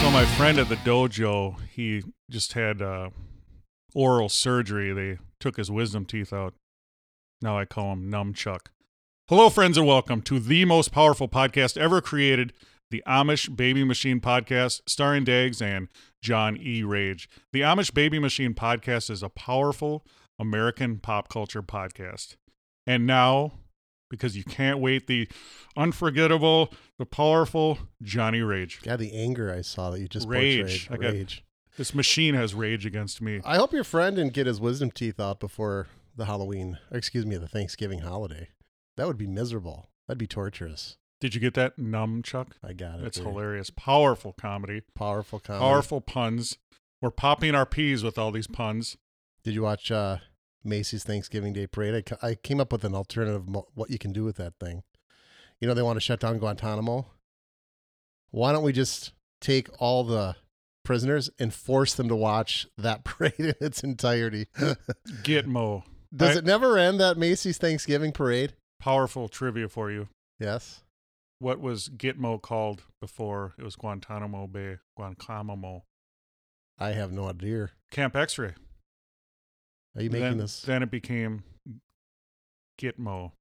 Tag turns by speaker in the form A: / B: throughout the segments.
A: So my friend at the dojo, he just had uh, oral surgery. They took his wisdom teeth out. Now I call him Numchuck. Hello, friends, and welcome to the most powerful podcast ever created, the Amish Baby Machine Podcast, starring Dags and John E. Rage. The Amish Baby Machine Podcast is a powerful American pop culture podcast. And now, because you can't wait, the unforgettable, the powerful Johnny Rage.
B: God, the anger I saw that you just
A: Rage.
B: portrayed.
A: I got-
B: Rage.
A: This machine has rage against me.
B: I hope your friend didn't get his wisdom teeth out before the Halloween, or excuse me, the Thanksgiving holiday. That would be miserable. That'd be torturous.
A: Did you get that numb, Chuck?
B: I Oh. got it.
A: That's
B: dude.
A: hilarious. Powerful comedy,
B: Powerful comedy.
A: powerful puns. We're popping our peas with all these puns.
B: Did you watch uh, Macy's Thanksgiving Day Parade? I, ca- I came up with an alternative mo- what you can do with that thing. You know, they want to shut down Guantanamo. Why don't we just take all the prisoners and force them to watch that parade in its entirety?
A: Gitmo.
B: Does
A: I-
B: it never end that Macy's Thanksgiving parade?
A: Powerful trivia for you.
B: Yes.
A: What was Gitmo called before it was Guantanamo Bay? Guantanamo.
B: I have no idea.
A: Camp X ray.
B: Are you making
A: then,
B: this?
A: Then it became Gitmo.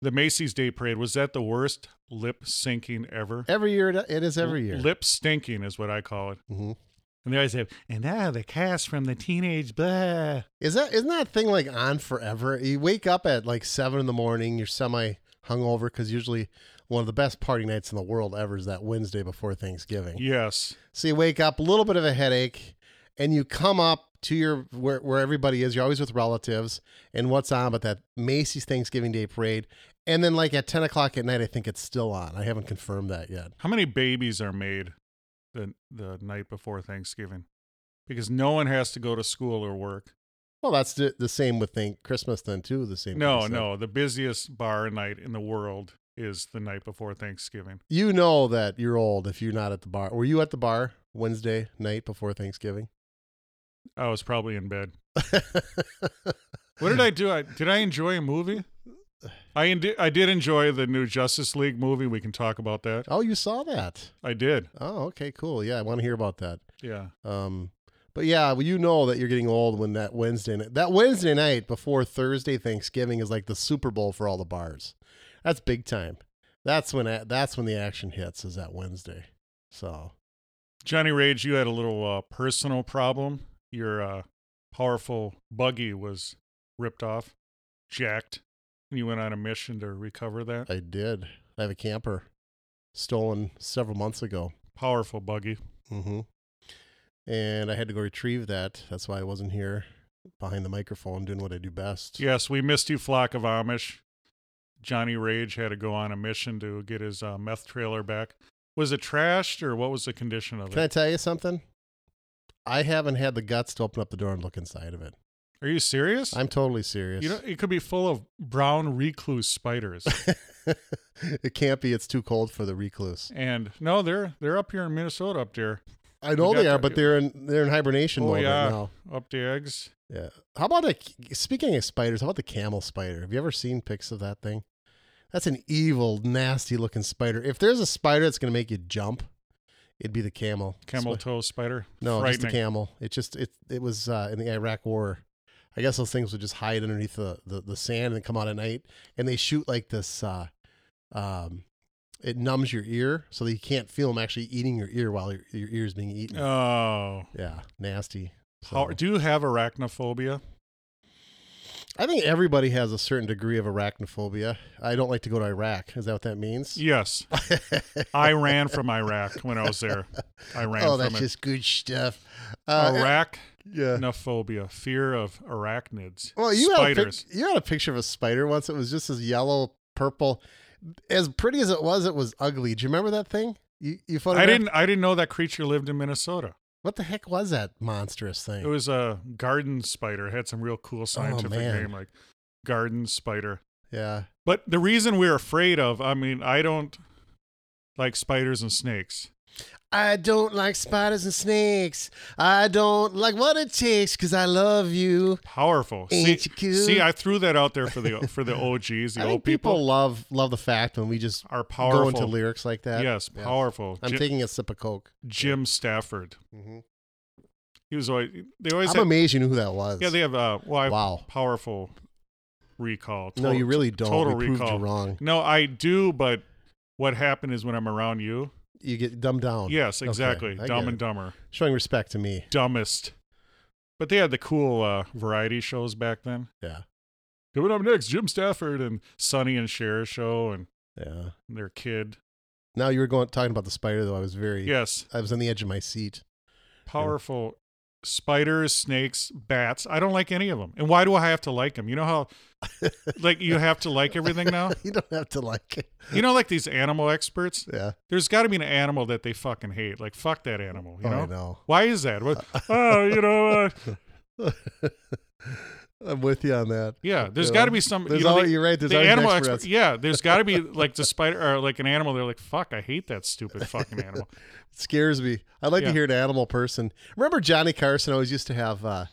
A: The Macy's Day Parade. Was that the worst lip syncing ever?
B: every year it it is every year.
A: Lip stinking is what I call it.
B: Mhm.
A: And they always have, and now the cast from the teenage blah.
B: Is that isn't that thing like on forever? You wake up at like seven in the morning. You're semi hungover because usually one of the best party nights in the world ever is that Wednesday before Thanksgiving.
A: Yes.
B: So you wake up a little bit of a headache, and you come up to your where where everybody is. You're always with relatives, and what's on but that Macy's Thanksgiving Day Parade. And then like at ten o'clock at night, I think it's still on. I haven't confirmed that yet.
A: How many babies are made the the night before Thanksgiving? Because no one has to go to school or work.
B: Well, that's the, the same with think Christmas then too. The same.
A: No,
B: concept.
A: no. The busiest bar night in the world is the night before Thanksgiving.
B: You know that you're old if you're not at the bar. Were you at the bar Wednesday night before Thanksgiving?
A: I was probably in bed. What did I do? I, did I enjoy a movie? I ind- I did enjoy the new Justice League movie. We can talk about that.
B: oh, you saw that.
A: I did.
B: Oh, okay, cool. Yeah, I want to hear about that.
A: Yeah.
B: Um, but yeah, well, you know that you're getting old when that Wednesday night, that Wednesday night before Thursday Thanksgiving is like the Super Bowl for all the bars. That's big time. That's when a- that's when the action hits is that Wednesday. So
A: Johnny Rage, you had a little uh, personal problem. Your uh, powerful buggy was ripped off, jacked, and you went on a mission to recover that.
B: I did. I have a camper stolen several months ago.
A: Powerful buggy.
B: Mm-hmm. And I had to go retrieve that. That's why I wasn't here behind the microphone doing what I do best.
A: Yes, we missed you, flock of Amish. Johnny Rage had to go on a mission to get his uh, meth trailer back. Was it trashed or what was the condition of
B: Can I
A: it?
B: tell you something? I haven't had the guts to open up the door and look inside of it.
A: Are you serious?
B: I'm totally serious.
A: you know, it could be full of brown recluse spiders.
B: it can't be. It's too cold for the recluse.
A: and no, they're they're up here in Minnesota, up there,
B: I know
A: got
B: they are,
A: that-
B: but they're in they're in hibernation
A: Oh,
B: mode
A: yeah.
B: right now.
A: up the eggs.
B: Yeah. How about a speaking of spiders? How about the camel spider? Have you ever seen pics of that thing? That's an evil, nasty looking spider. If there's a spider that's gonna make you jump, it'd be the camel.
A: Camel
B: Spi-
A: toe spider.
B: No, just the
A: Frightening.
B: camel. It just it it was uh, in the Iraq War. I guess those things would just hide underneath the, the, the sand and come out at night, and they shoot like this. Uh, um, it numbs your ear so that you can't feel them actually eating your ear while your, your ear is being eaten.
A: Oh.
B: yeah, nasty. So,
A: How- do you have arachnophobia?
B: I think everybody has a certain degree of arachnophobia. I don't like to go to Iraq. Is that what that means?
A: Yes. I ran from Iraq when I was there. I ran
B: oh,
A: from
B: that's
A: it. Oh,
B: just good stuff. Uh,
A: Arachnophobia,
B: yeah.
A: fear of arachnids.
B: Well, you had, a pic-
A: spiders.
B: you had a picture of a spider once. It was just this yellow, purple. As pretty as it was, it was ugly. Do you remember that thing? You you
A: I
B: photographed.
A: didn't I didn't know that creature lived in Minnesota.
B: What the heck was that monstrous
A: It
B: thing?
A: was a garden spider. It had some real cool scientific
B: Oh, man.
A: name like garden spider.
B: yeah.
A: But the reason we're afraid of, I mean, I don't like spiders and snakes.
B: I don't like spiders and snakes. I don't like what it takes because I love you.
A: Powerful. See,
B: Ain't you cute?
A: see, I threw that out there for the for the OGs, the
B: I
A: old
B: think
A: people,
B: people, love love the fact when we just
A: are
B: go
A: powerful.
B: into lyrics like that.
A: Yes,
B: Yeah.
A: powerful.
B: I'm
A: Jim,
B: taking a sip of Coke. Mm-hmm.
A: Jim Stafford. He was always. They always.
B: I'm
A: had-
B: amazed you knew who that was.
A: yeah, they have. Uh, well, I have
B: Wow.
A: powerful recall.
B: No, you really don't.
A: Total
B: we
A: recall.
B: proved you wrong.
A: No, I do, but what happened is when I'm around you.
B: You get dumbed down.
A: Yes,
B: Oh, Okay,
A: exactly.
B: I
A: Dumb
B: get
A: and
B: it.
A: Dumber,
B: Showing respect to me.
A: dumbest. But they had the cool uh, variety shows back then.
B: Yeah.
A: Coming up next, Jim Stafford and Sonny and Cher show and
B: Yeah.
A: their kid.
B: Now you were going talking about the spider though. I was very
A: Yes,
B: I was on the edge of my seat.
A: powerful spiders, snakes, bats. I don't like any of them. And why do I have to like them? You know how, like, you have to like everything now?
B: you don't have to like it.
A: You know, like these animal experts?
B: Yeah.
A: There's got to be an animal that they fucking hate. Like, fuck that animal, you
B: Oh,
A: know?
B: I know.
A: Why is that? What, oh, you know, uh,
B: I'm with you on that.
A: yeah, There's
B: You
A: got to
B: know?
A: be some.
B: There's
A: you know,
B: all,
A: the-
B: you're right. There's
A: the
B: always
A: animal
B: experts.
A: expert, yeah. There's got to be like the spider or like an animal. They're like, "Fuck, I hate that stupid fucking animal."
B: It scares me. I'd like
A: Yeah.
B: to hear an animal person. Remember Johnny Carson always used to have uh,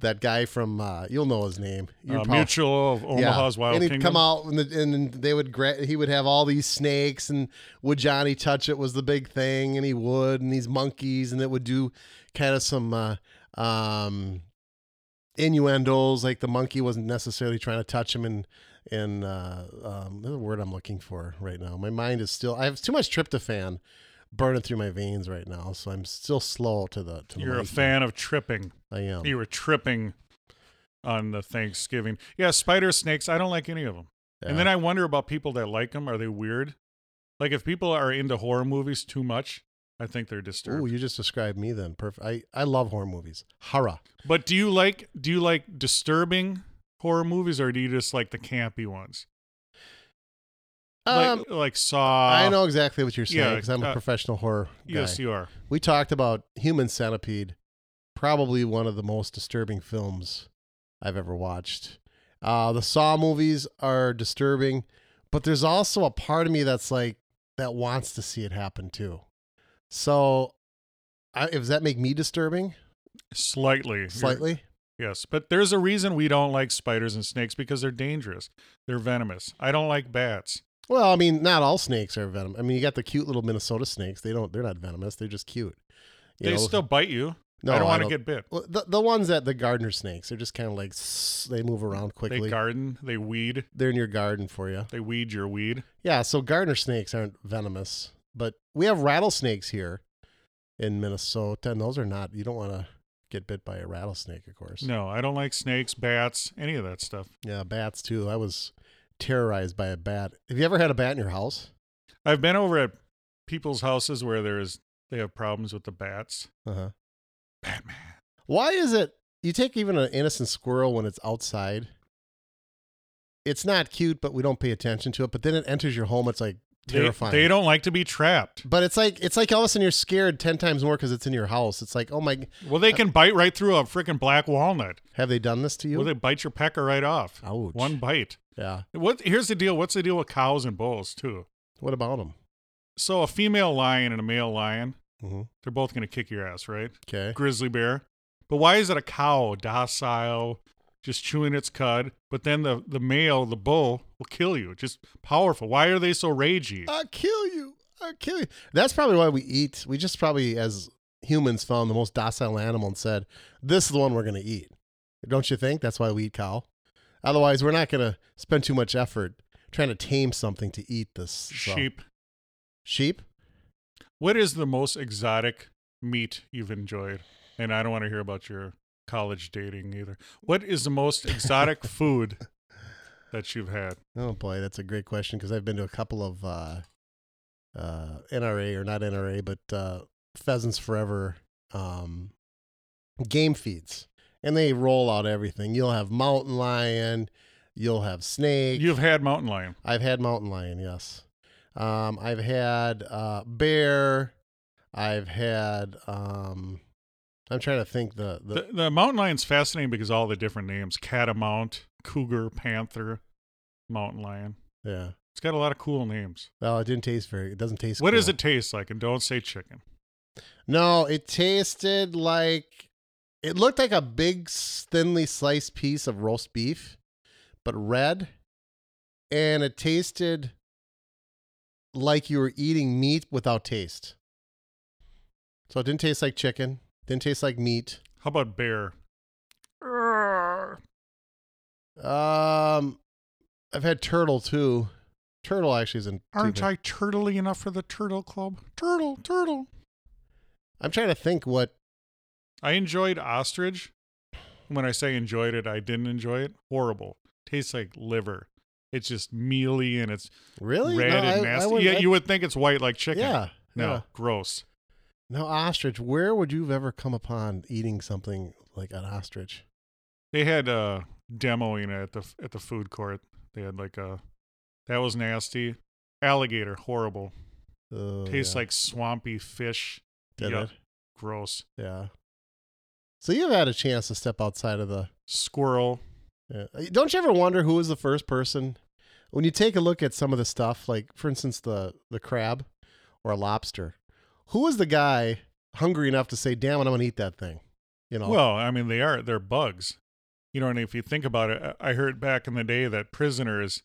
B: that guy from uh, you'll know his name. You're
A: Uh,
B: prob-
A: Mutual of Omaha's Wild
B: and he'd
A: Kingdom.
B: come out and, the, and they would gra- he would have all these snakes and would Johnny touch it was the big thing and he would and these monkeys and it would do kind of some uh, um, innuendos like the monkey wasn't necessarily trying to touch him and and uh, um, there's a word I'm looking for right now. My mind is still I have too much tryptophan burning through my veins right now, so I'm still slow to the. To the
A: You're a
B: monkey.
A: fan of tripping.
B: I am.
A: You were tripping on the Thanksgiving. Yeah, spider snakes. I don't like any of them.
B: Yeah.
A: And then I wonder about people that like them. Are they weird? Like if people are into horror movies too much, I think they're disturbed.
B: Ooh, you just described me then. Perfect. I, I love horror movies. Horror.
A: But do you like do you like disturbing horror movies or do you just like the campy ones?
B: Um,
A: like, like Saw. E
B: I know exactly what you're saying
A: yeah,
B: because I'm a
A: uh,
B: professional horror guy.
A: Yes, you are.
B: we talked about Human Centipede, probably one of the most disturbing films I've ever watched. Uh, the Saw movies are disturbing, but there's also a part of me that's like that wants to see it happen too. So, I, does that make me disturbing
A: Slightly. You're-
B: slightly?
A: yes. But there's a reason we don't like spiders and snakes because they're dangerous. They're venomous. I don't like bats.
B: Well, I mean, not all snakes are venomous. I mean, you got the cute little Minnesota snakes. They don't. They're not venomous. They're just cute. You
A: they
B: know?
A: still bite you.
B: No,
A: I don't want to get bit.
B: Well, the, the ones that the gardener snakes, they're just kind of like s- they move around quickly.
A: They garden, they weed,
B: they're in your garden for you.
A: they weed your weed.
B: Yeah, so gardener snakes aren't venomous, but we have rattlesnakes here in Minnesota, and those are not. You don't want to get bit by a rattlesnake, of course.
A: No, I don't like snakes, bats, any of that stuff.
B: Yeah, bats too. I was terrorized by a bat. Have you ever had a bat in your house?
A: I've been over at people's houses where there is they have problems with the bats.
B: Uh huh.
A: Batman.
B: Why is it you take even an innocent squirrel when it's outside? It's not cute, but we don't pay attention to it. But then it enters your home. It's like
A: They-
B: terrifying.
A: They, don't like to be trapped.
B: But it's like it's like all of a sudden you're scared ten times more because it's in your house. It's like, oh my,
A: Well, they can bite right through a freaking black walnut.
B: have they done this to you?
A: Well, they bite your pecker right off.
B: Ouch.
A: One bite.
B: yeah.
A: What? Here's the deal. What's the deal with cows and bulls too?
B: What about them?
A: So a female lion and a male lion,
B: Mm-hmm.
A: they're both gonna kick your ass, right?
B: Okay.
A: grizzly bear. But why is it a cow, docile, just chewing its cud? But then the, the male, the bull, will kill you. Just powerful. Why are they so ragey?
B: I'll kill you. I'll kill you. That's probably why we eat. We just probably as humans found the most docile animal and said, this is the one we're gonna eat. Don't you think? That's why we eat cow. Otherwise, we're not gonna spend too much effort trying to tame something to eat this stuff.
A: Sheep.
B: Sheep.
A: What is the most exotic meat you've enjoyed? And I don't want to hear about your college dating either. What is the most exotic food that you've had?
B: Oh boy, that's a great question because I've been to a couple of uh, uh, NRA or not NRA, but uh, Pheasants Forever um, game feeds, and they roll out everything. You'll have mountain lion, you'll have snake.
A: You've had mountain lion.
B: I've had mountain lion, yes. Um, I've had uh, bear. I've had. Um, I'm trying to think the, the,
A: The, the mountain lion's fascinating because all the different names: catamount, cougar, panther, mountain lion.
B: yeah.
A: It's got a lot of cool names.
B: Oh, it didn't taste very. It doesn't taste.
A: What does
B: cool.
A: it taste like? And don't say chicken.
B: No, it tasted like it looked like a big, s- thinly sliced piece of roast beef, but red. And it tasted like you were eating meat without taste. So it didn't taste like chicken, didn't taste like meat.
A: How about bear?
B: Um, I've had turtle too. Turtle actually isn't. too
A: Aren't
B: bad.
A: I turtley enough for the turtle club? Turtle, turtle.
B: I'm trying to think what.
A: I enjoyed ostrich. When I say enjoyed it, I didn't enjoy it. Horrible. Tastes like liver. It's just mealy and it's
B: Really?
A: red
B: No,
A: and
B: I- I
A: nasty.
B: wouldn't-
A: yeah,
B: I-
A: you would think it's white like chicken.
B: Yeah.
A: No,
B: yeah.
A: gross.
B: No ostrich. Where would you have ever come upon eating something like an ostrich?
A: They had uh demoing at the at the food court. They had like a that was nasty. Alligator, horrible.
B: Oh,
A: Tastes
B: yeah.
A: like swampy fish.
B: Did
A: Yuck.
B: it?
A: Gross.
B: Yeah. So you've had a chance to step outside of the.
A: Squirrel.
B: yeah. Don't you ever wonder who was the first person when you take a look at some of the stuff, like for instance the the crab or lobster? Who was the guy hungry enough to say, "Damn it, I'm gonna eat that thing"? You know.
A: Well, I mean, they are they're bugs, you know. And if you think about it, I I heard back in the day that prisoners,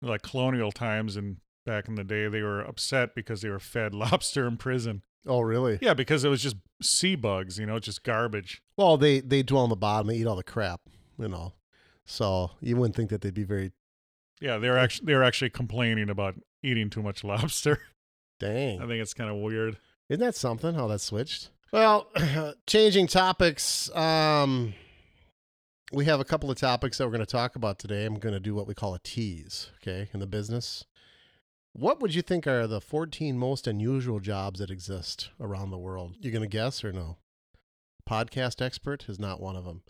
A: like colonial times and back in the day, they were upset because they were fed lobster in prison.
B: oh really?
A: Yeah, because it was just sea bugs, you know, just garbage.
B: Well, they they dwell on the bottom. They eat all the crap. You know. So you wouldn't think that they'd be very
A: Yeah, they're actually they're actually complaining about eating too much lobster.
B: dang.
A: I think it's kind of weird.
B: Isn't that something how that switched? Well, changing topics. Um, we have a couple of topics that we're going to talk about today. I'm going to do what we call a tease, okay, in the business. What would you think are the 14 most unusual jobs that exist around the world? You going to guess or no? Podcast expert is not one of them.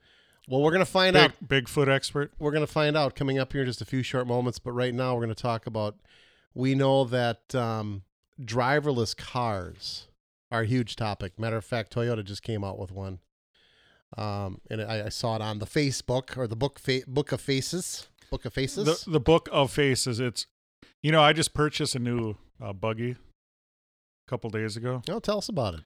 B: Well, we're going to find out
A: Big, Bigfoot expert.
B: we're going to find out coming up here in just a few short moments. But right now, we're going to talk about. We know that um, driverless cars are a huge topic. Matter of fact, Toyota just came out with one, um, and I, I saw it on the Facebook or the book fa- book of faces, book of faces.
A: The the book of faces. It's, you know, I just purchased a new uh, buggy a couple days ago.
B: oh, tell us about it.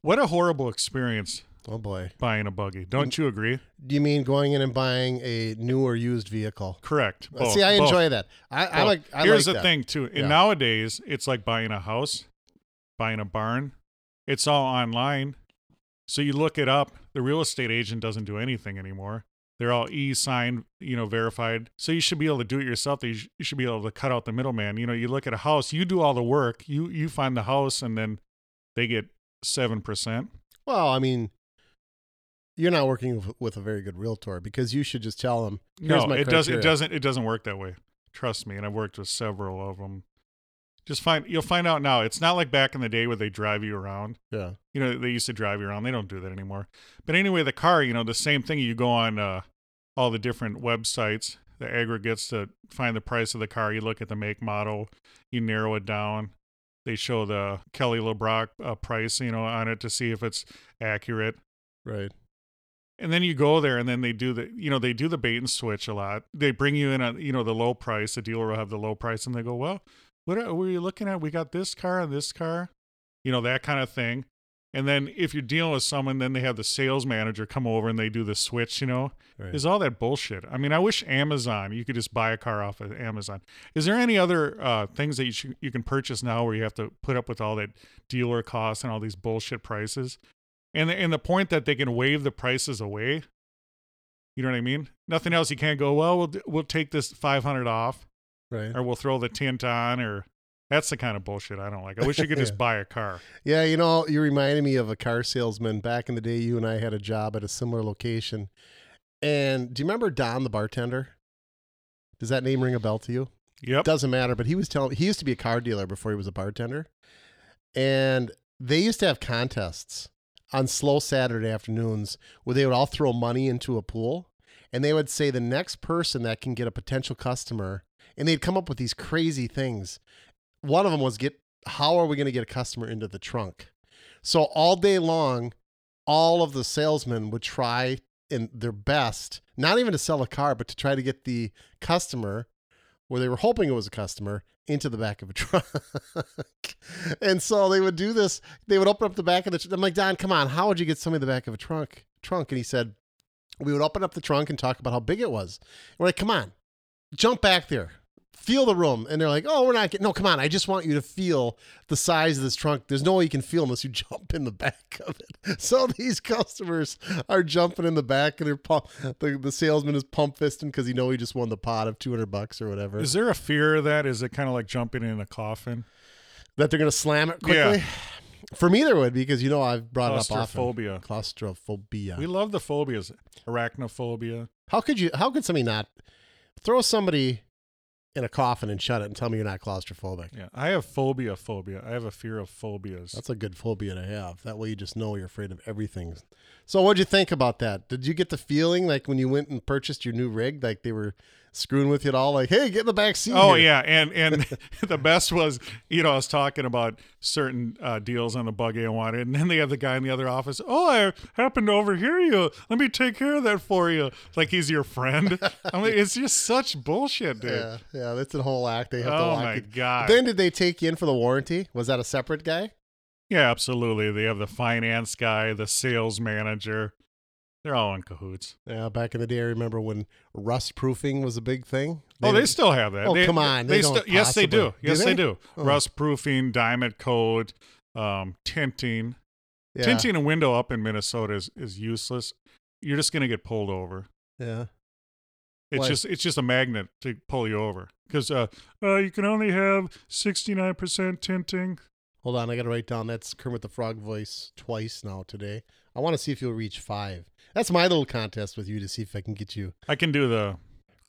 A: What a horrible experience
B: Oh boy,
A: buying a buggy. Don't you agree?
B: do you mean going in and buying a new or used vehicle?
A: Correct.
B: Uh,
A: Both.
B: See, I
A: Both.
B: enjoy that. I, I
A: Both.
B: like. I
A: Here's the
B: like that.
A: thing too. And
B: Yeah.
A: nowadays, it's like buying a house, buying a barn. It's all online. So you look it up. The real estate agent doesn't do anything anymore. They're all e-signed, you know, verified. So you should be able to do it yourself. You sh- you should be able to cut out the middleman. You know, you look at a house, you do all the work, you you find the house, and then they get seven percent.
B: Well, I mean, you're not working with- with a very good realtor because you should just tell them.
A: No,
B: Here's my
A: it doesn't. It
B: criteria.
A: doesn't. It doesn't work that way. Trust me, and I've worked with several of them. Just find you'll find out now. It's not like back in the day where they drive you around.
B: Yeah.
A: You know, they used to drive you around. They don't do that anymore. But anyway, the car, you know, the same thing. You go on uh, all the different websites, the aggregates to find the price of the car. You look at the make model, you narrow it down. They show the Kelly LeBrock uh, price, you know, on it to see if it's accurate.
B: Right.
A: And then you go there, and then they do the, you know, they do the bait and switch a lot. They bring you in a, you know, the low price. The dealer will have the low price, and they go, "Well, what are, were you looking at? We got this car and this car, you know, that kind of thing." And then if you're dealing with someone, then they have the sales manager come over and they do the switch. You know,
B: Right.
A: is all that bullshit. I mean, I wish Amazon you could just buy a car off of Amazon. Is there any other uh, things that you should, you can purchase now where you have to put up with all that dealer costs and all these bullshit prices? And the, and the point that they can waive the prices away. You know what I mean? Nothing else. You can't go. Well, we'll d- we'll take this five hundred off,
B: Right.
A: or we'll throw the tint on, or That's the kind of bullshit I don't like. I wish you could just buy a car.
B: Yeah, you know, you reminded me of a car salesman. Back in the day, you and I had a job at a similar location. And do you remember Don, the bartender? Does that name ring a bell to you?
A: Yep.
B: Doesn't matter, but he was telling he used to be a car dealer before he was a bartender. And they used to have contests on slow Saturday afternoons where they would all throw money into a pool and they would say the next person that can get a potential customer and they'd come up with these crazy things. One of them was get how are we going to get a customer into the trunk? So all day long, all of the salesmen would try and their best, not even to sell a car, but to try to get the customer where they were hoping it was a customer into the back of a truck. and so they would do this. They would open up the back of the tr- I'm like, Don, come on, how would you get somebody in the back of a trunk trunk? And he said, We would open up the trunk and talk about how big it was. And we're like, come on, jump back there. Feel the room. And they're like, oh, we're not getting no, come on. I just want you to feel the size of this trunk. There's no way you can feel unless you jump in the back of it. So these customers are jumping in the back and they're pump the, the salesman is pump fisting because he know he just won the pot of two hundred bucks or whatever.
A: Is there a fear of that? Is it kind of like jumping in a coffin?
B: that they're going to slam it quickly.
A: Yeah.
B: For me, there would because you know I've brought it up often.
A: Claustrophobia.
B: Claustrophobia.
A: We love the phobias. Arachnophobia.
B: How could you? How could somebody not throw somebody in a coffin and shut it and tell me you're not claustrophobic?
A: Yeah. I have phobia phobia. I have a fear of phobias.
B: That's a good phobia to have. That way you just know you're afraid of everything. So what'd you think about that? Did you get the feeling like when you went and purchased your new rig, like they were screwing with you at all? Like, hey, get in the back seat.
A: Oh
B: here."
A: yeah, and and the best was, you know, I was talking about certain uh, deals on the bug I wanted, and then they have the guy in the other office. Oh, I happened to overhear you. Let me take care of that for you. Like he's your friend. I mean, it's just such bullshit, dude.
B: Yeah, yeah, that's a whole act. They have to
A: Oh
B: lock
A: my
B: it.
A: god.
B: Then did they take you in for the warranty? Was that a separate guy?
A: yeah, absolutely. They have the finance guy, the sales manager. They're all in cahoots.
B: Yeah, back in the day, I remember when rust proofing was a big thing.
A: oh, they
B: did-
A: still have that.
B: Oh, come on, they don't
A: yes, they do.
B: possibly- do
A: Yes, they?
B: they?
A: do.
B: Oh.
A: Rust proofing, diamond coat, um, tinting.
B: yeah,
A: Tinting a window up in Minnesota is, is useless. You're just gonna get pulled over.
B: Yeah,
A: It's
B: Why?
A: just it's just a magnet to pull you over because uh, uh, you can only have 69% tinting.
B: hold on, I got to write down. That's Kermit the Frog voice twice now today. I want to see if you'll reach five. That's my little contest with you to see if I can get you
A: I can do the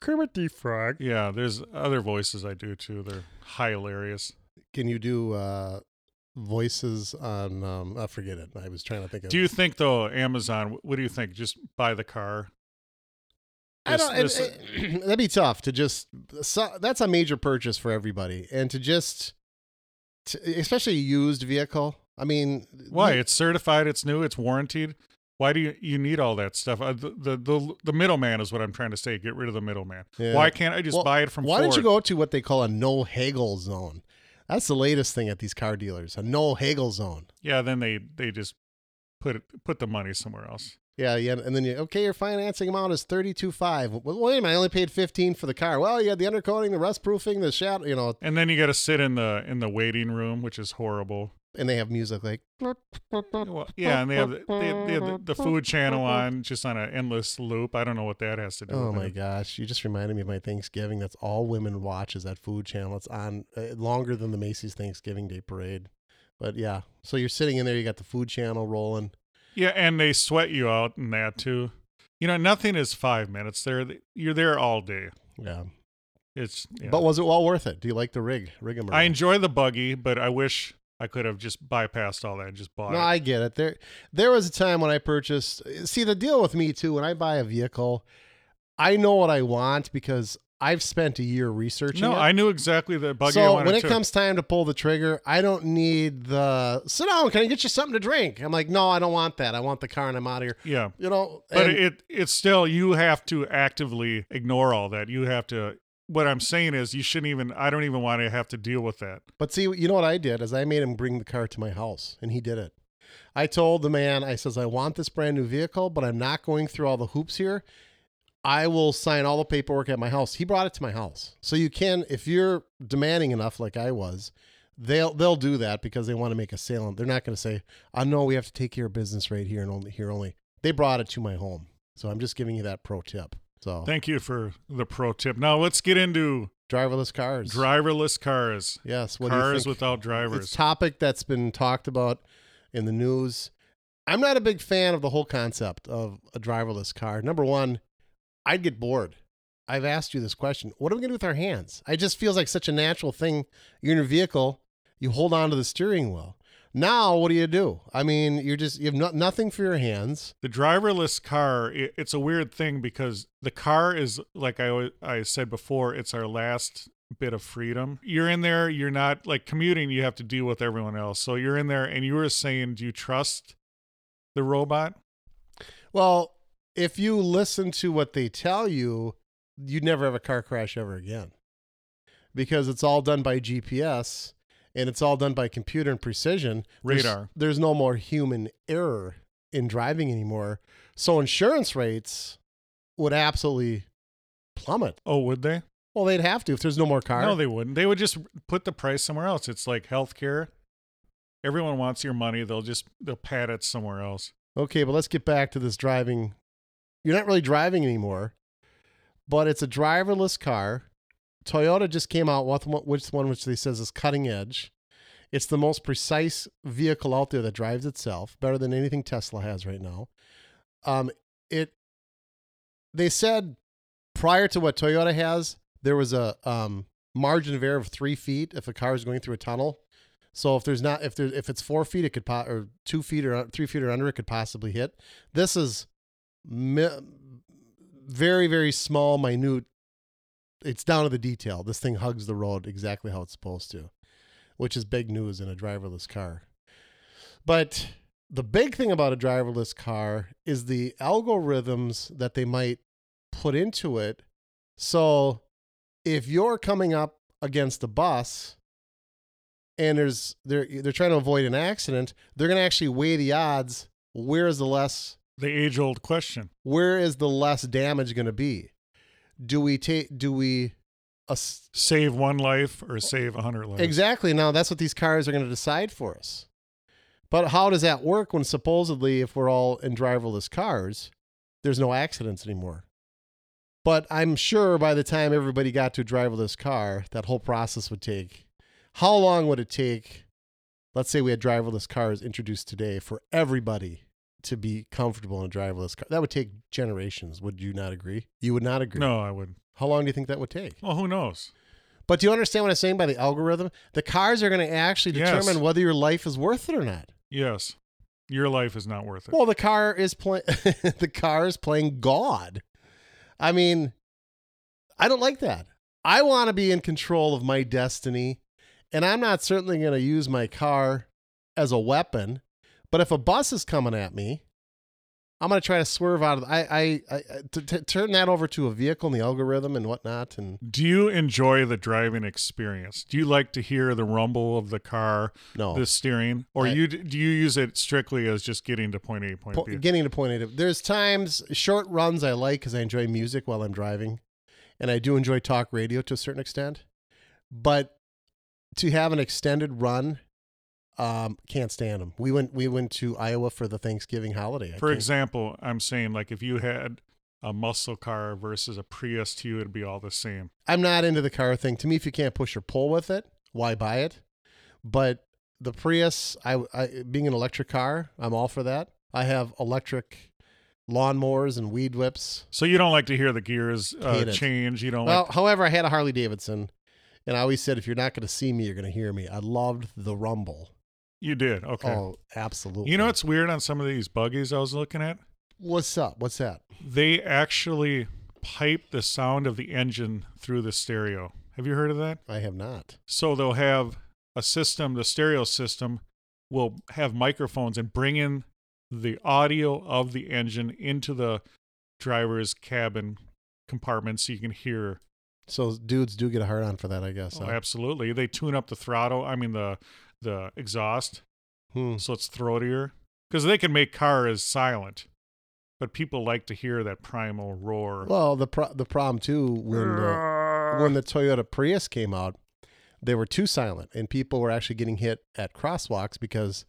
B: Kermit the Frog.
A: yeah. There's other voices I do too. They're hilarious.
B: Can you do uh, voices on? Um, I forget it. I was trying to think of.
A: Do you think though Amazon? What do you think? Just buy the car.
B: I
A: This-
B: don't. and-
A: this- uh,
B: and- that'd be tough to just. So, that's a major purchase for everybody, and to just, to, especially a used vehicle. I mean,
A: Why?
B: you-
A: It's certified. It's new. It's warranted. Why do you, you need all that stuff? Uh, the, the the the middleman is what I'm trying to say. Get rid of the middleman.
B: Yeah.
A: Why can't I just
B: Well,
A: buy it from?
B: Why
A: Ford?
B: don't you go to what they call a no haggle zone? That's the latest thing at these car dealers, a no haggle zone.
A: Yeah, then they they just put it, put the money somewhere else.
B: Yeah, yeah, and then you okay, your financing amount is thirty two five. Well, wait a minute, I only paid fifteen for the car. Well, you had the undercoating, the rust proofing, the shadow, you know,
A: And then you got to sit in the in the waiting room, which is horrible.
B: and they have music like
A: Well, yeah, and they have the, they, they have the, the food channel on just on an endless loop. I don't know what that has to do.
B: Oh
A: with
B: my
A: it.
B: gosh, you just reminded me of my Thanksgiving. That's all women watch is that food channel. It's on uh, longer than the Macy's Thanksgiving Day parade. But yeah, so you're sitting in there, you got the food channel rolling.
A: Yeah, and they sweat you out in that too. You know, nothing is five minutes. There, you're there all day.
B: Yeah.
A: It's yeah.
B: But was it well worth it? Do you like the rig? Rig
A: I enjoy the buggy, but I wish I could have just bypassed all that and just bought
B: No,
A: it.
B: I get it. There there was a time when I purchased see the deal with me too, when I buy a vehicle, I know what I want because I've spent a year researching.
A: no,
B: it.
A: I knew exactly the buggy. I
B: so
A: wanted
B: when it
A: too.
B: comes time to pull the trigger, I don't need the sit down. Can I get you something to drink? I'm like, no, I don't want that. I want the car, and I'm out of here.
A: yeah,
B: You know,
A: But
B: and-
A: it it's still you have to actively ignore all that. You have to what I'm saying is you shouldn't even I don't even want to have to deal with that.
B: But see, you know what I did is I made him bring the car to my house, and he did it. I told the man, I says, I want this brand new vehicle, but I'm not going through all the hoops here. I will sign all the paperwork at my house. He brought it to my house, so you can, if you're demanding enough, like I was, they'll they'll do that because they want to make a sale, and they're not going to say, "I know we have to take care of business right here and only here only." They brought it to my home, so I'm just giving you that pro tip. So
A: Thank you for the pro tip. Now let's get into
B: Driverless cars.
A: Driverless cars.
B: yes. What do you
A: cars
B: think?
A: without drivers.
B: It's a topic that's been talked about in the news. I'm not a big fan of the whole concept of a driverless car. Number one, I'd get bored. I've asked you this question. What are we going to do with our hands? It just feels like such a natural thing. You're in a vehicle, you hold on to the steering wheel. Now, what do you do? I mean, you're just, you have no, nothing for your hands.
A: The driverless car, i it's a weird thing because the car is like I alwa- I said before, it's our last bit of freedom. You're in there, you're not like commuting, you have to deal with everyone else. So you're in there and you were saying, do you trust the robot?
B: Well, if you listen to what they tell you, you'd never have a car crash ever again because it's all done by GPS and it's all done by computer and precision. There's-
A: Radar.
B: There's, no more human error in driving anymore. So insurance rates would absolutely plummet.
A: Oh, would they?
B: Well, they'd have to if there's no more car.
A: No, they wouldn't. They would just put the price somewhere else. It's like healthcare. Everyone wants your money. They'll just they'll pad it somewhere else.
B: Okay, but let's get back to this driving. You're not really driving anymore, but it's a driverless car. Toyota just came out with one, which one which they says is cutting edge. It's the most precise vehicle out there that drives itself, better than anything Tesla has right now. Um, it. They said prior to what Toyota has, there was a um, margin of error of three feet if a car is going through a tunnel. So if there's not if there if it's four feet, it could po- or two feet or three feet or under, it could possibly hit. This is mi- very very small, minute. It's down to the detail. This thing hugs the road exactly how it's supposed to, which is big news in a driverless car. But the big thing about a driverless car is the algorithms that they might put into it. So if you're coming up against a bus and there's they're they're trying to avoid an accident, they're going to actually weigh the odds. Where is the less
A: The age old question.
B: where is the less damage going to be? Do we take do we ass-
A: Save one life or save a hundred lives.
B: Exactly. Now that's what these cars are going to decide for us. But how does that work when supposedly if we're all in driverless cars, there's no accidents anymore? But I'm sure by the time everybody got to a driverless car, that whole process would take. How long would it take? Let's say we had driverless cars introduced today for everybody to be comfortable in a driverless car. That would take generations. Would you not agree? You would not agree.
A: No, I wouldn't.
B: How long do you think that would take?
A: Well, who knows?
B: But do you understand what I'm saying by the algorithm? The cars are going to actually
A: Yes.
B: determine whether your life is worth it or not.
A: Yes. Your life is not worth it.
B: Well, the car is playing. the car is playing God. I mean, I don't like that. I want to be in control of my destiny, and I'm not certainly going to use my car as a weapon. But if a bus is coming at me, I'm going to try to swerve out of. The, I, I, I uh, to, to turn that over to a vehicle and the algorithm and whatnot, and
A: Do you enjoy the driving experience? Do you like to hear the rumble of the car,
B: no,
A: the steering, or
B: Oh. I-
A: you do you use it strictly as just getting to point A to point
B: po-
A: B?
B: getting to point A. to- There's times short runs I like because I enjoy music while I'm driving, and I do enjoy talk radio to a certain extent. But to have an extended run, um, can't stand them. We went we went to Iowa for the Thanksgiving holiday. I
A: For
B: can't-
A: example, I'm saying like if you had a muscle car versus a Prius to you, it'd be all the same.
B: I'm not into the car thing. To me, if you can't push or pull with it, why buy it? But the Prius, I, I being an electric car, I'm all for that. I have electric lawnmowers and weed whips.
A: So you don't like to hear the gears uh,
B: Hate it.
A: change. You don't.
B: Well,
A: like,
B: however, I had a Harley Davidson, and I always said, if you're not going to see me, you're going to hear me. I loved the rumble.
A: you did. Okay.
B: Oh, absolutely.
A: you know what's weird on some of these buggies I was looking at?
B: what's up? What's that?
A: They actually pipe the sound of the engine through the stereo. Have you heard of that?
B: I have not.
A: So they'll have a system, the stereo system will have microphones and bring in the audio of the engine into the driver's cabin compartment so you can hear.
B: So dudes do get a hard on for that, I guess.
A: Oh,
B: huh?
A: absolutely. They tune up the throttle, I mean the the exhaust
B: Hmm.
A: so it's throatier because they can make cars silent. But people like to hear that primal roar.
B: Well, the pro- the problem too when the, when the Toyota Prius came out, they were too silent, and people were actually getting hit at crosswalks because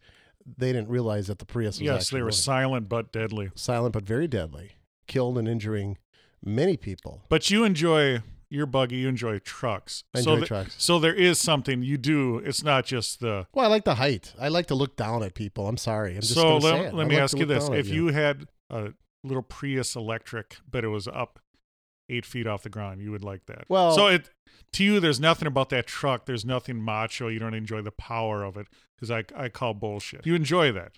B: they didn't realize that the Prius was
A: yes,
B: actually
A: they were
B: really
A: silent but deadly.
B: silent but very deadly, killed and injuring many people.
A: But you enjoy you're buggy. You enjoy trucks.
B: I
A: so
B: enjoy
A: th-
B: trucks.
A: So there is something you do. It's not just the.
B: Well, I like the height. I like to look down at people. I'm sorry. I'm just
A: so
B: gonna say it.
A: let, let
B: I
A: me
B: like
A: ask
B: to
A: you
B: look
A: this:
B: down at
A: If you had a little Prius electric, but it was up eight feet off the ground, you would like that.
B: Well-
A: so it to you, there's nothing about that truck. There's nothing macho. You don't enjoy the power of it because I I call bullshit. You enjoy that.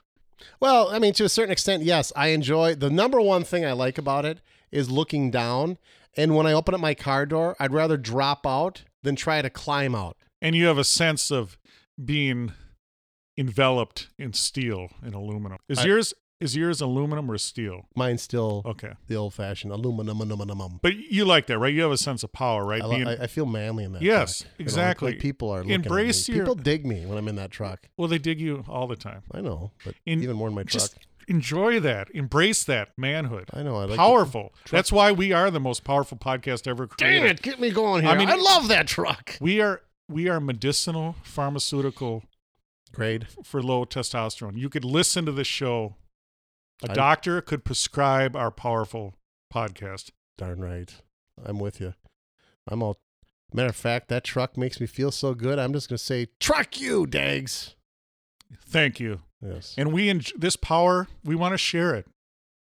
B: Well, I mean, to a certain extent, yes, I enjoy the number one thing I like about it is looking down. And when I open up my car door, I'd rather drop out than try to climb out.
A: and you have a sense of being enveloped in steel and aluminum. Is
B: I-
A: yours is yours aluminum or steel?
B: Mine's still
A: Okay,
B: the old fashioned aluminum. aluminum.
A: but you like that, right? You have a sense of power, right?
B: I, li-
A: Being-
B: I, I feel manly in that.
A: Yes,
B: truck. You know, like-
A: exactly.
B: like people are looking
A: Embrace
B: at me.
A: your-
B: People dig me when I'm in that truck.
A: well, they dig you all the time.
B: I know, but
A: In-
B: even more in my truck.
A: Just enjoy that, embrace that manhood.
B: I know. I like the-
A: powerful. That's why we are the most powerful podcast ever created.
B: Dang it, get me going here.
A: I
B: I,
A: mean-
B: mean, I love that truck.
A: We are we are medicinal pharmaceutical
B: Great.
A: for low testosterone. You could listen to this show. A
B: I-
A: doctor could prescribe our powerful podcast.
B: Darn right. I'm with you. I'm all. Matter of fact, that truck makes me feel so good. I'm just going to say, truck you, Dags.
A: Thank you.
B: Yes.
A: And we en- this power, we want to share it.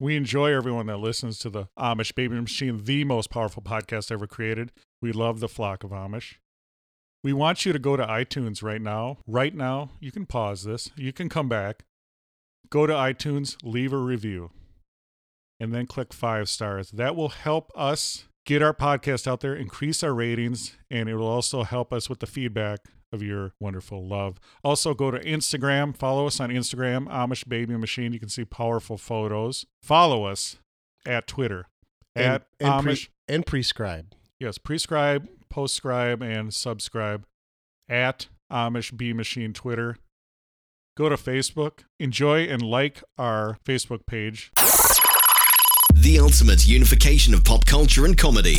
A: We enjoy everyone that listens to the Amish Baby Machine, the most powerful podcast ever created. We love the flock of Amish. We want you to go to iTunes right now. Right now, you can pause this. You can come back. Go to iTunes, leave a review, and then click five stars. That will help us get our podcast out there, increase our ratings, and it will also help us with the feedback of your wonderful love. Also, go to Instagram. Follow us on Instagram, Amish Baby Machine. You can see powerful photos. Follow us at Twitter, at
B: and,
A: Amish.
B: pre- and prescribe.
A: Yes, prescribe, postscribe, and subscribe at Amish Bee Machine Twitter. Go to Facebook. Enjoy and like our Facebook page. Uh,
C: The ultimate unification of pop culture and comedy.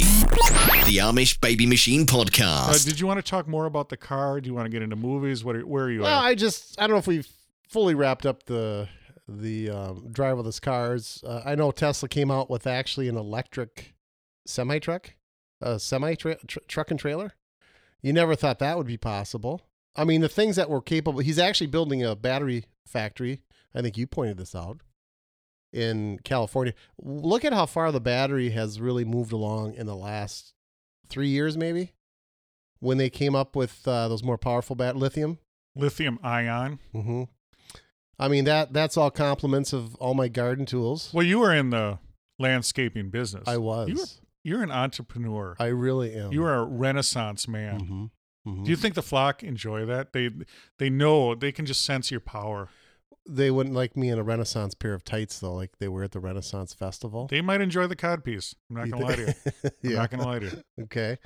C: The Amish Baby Machine Podcast.
A: Uh, did you want to talk more about the car? Do you want to get into movies? What are, where are you
B: Well,
A: at?
B: I just, I don't know if we've fully wrapped up the the um, driverless cars. Uh, I know Tesla came out with actually an electric semi truck, a semi tra- tr- truck and trailer. You never thought that would be possible. I mean, the things that were capable. He's actually building a battery factory. I think you pointed this out in California. Look at how far the battery has really moved along in the last three years, maybe. When they came up with uh, those more powerful bat lithium,
A: Lithium ion.
B: Mm-hmm. I mean that that's all compliments of all my garden tools.
A: Well, you were in the landscaping business.
B: I was.
A: You were, you're an entrepreneur.
B: I really am.
A: you are a renaissance man.
B: hmm
A: Do you think the flock enjoy that? They they know they can just sense your power.
B: They wouldn't like me in a Renaissance pair of tights though, like they were at the Renaissance Festival.
A: They might enjoy the codpiece. I'm not
B: You
A: gonna lie to you.
B: think-
A: I'm
B: yeah.
A: not gonna lie to you.
B: Okay.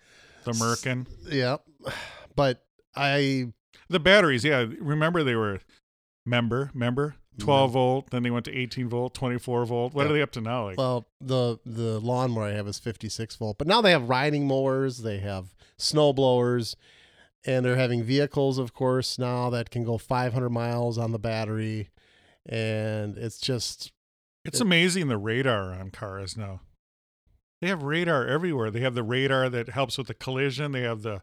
A: The merkin.
B: Yeah. But I
A: The batteries, yeah. Remember they were member, member, twelve volt, then they went to eighteen volt, twenty four volt. What are
B: Mm-hmm. Yeah.
A: they up to now? Like
B: well the the lawnmower I have is 56 volt, but now they have riding mowers, they have snow blowers, and they're having vehicles, of course, now that can go 500 miles on the battery, and it's just
A: it's amazing the radar on cars now. They have radar everywhere. They have the radar that helps with the collision. They have the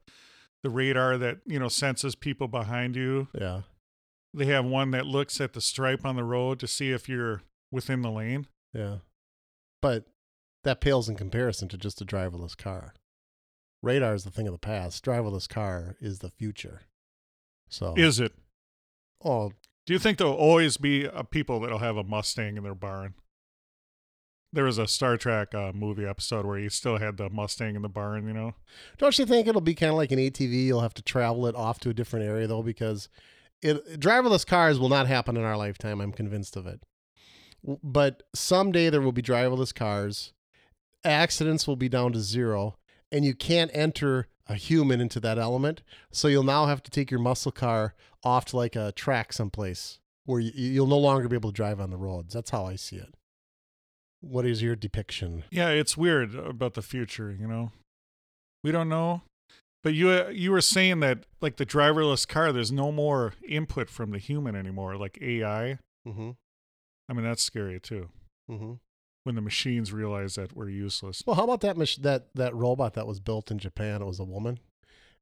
A: the radar that, you know, senses people behind you.
B: yeah.
A: They have one that looks at the stripe on the road to see if you're within the lane.
B: Yeah. But that pales in comparison to just a driverless car. Radar is the thing of the past. Driverless car is the future. So
A: Is it?
B: oh
A: Do you think there'll always be uh, people that'll have a Mustang in their barn? There was a Star Trek uh, movie episode where he still had the Mustang in the barn, you know?
B: don't you think it'll be kind of like an ATV? You'll have to travel it off to a different area though, because it, driverless cars will not happen in our lifetime. I'm convinced of it. W- But someday there will be driverless cars. Accidents will be down to zero, and you can't enter a human into that element. So you'll now have to take your muscle car off to like a track someplace where you, you'll no longer be able to drive on the roads. That's how I see it. What is your depiction?
A: Yeah, it's weird about the future, you know? We don't know. But you uh, you were saying that like the driverless car, there's no more input from the human anymore, like AI.
B: Mm-hmm.
A: I mean, that's scary too.
B: Mm-hmm.
A: when the machines realize that we're useless.
B: Well, how about that mach- that that robot that was built in Japan? It was a woman,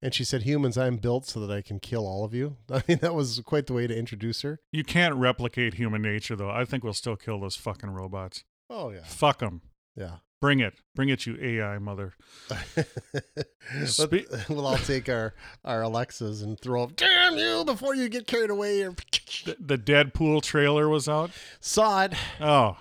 B: and she said, "Humans, I'm built so that I can kill all of you." I mean, that was quite the way to introduce her.
A: You can't replicate human nature, though. I think we'll still kill those fucking robots.
B: Oh yeah,
A: Fuck them.
B: yeah.
A: Bring it. Bring it, you AI mother. Spe-
B: Let- we'll all take our our Alexas and throw up. Damn you! Before you get carried away, or
A: The, the Deadpool trailer was out.
B: saw it.
A: Oh,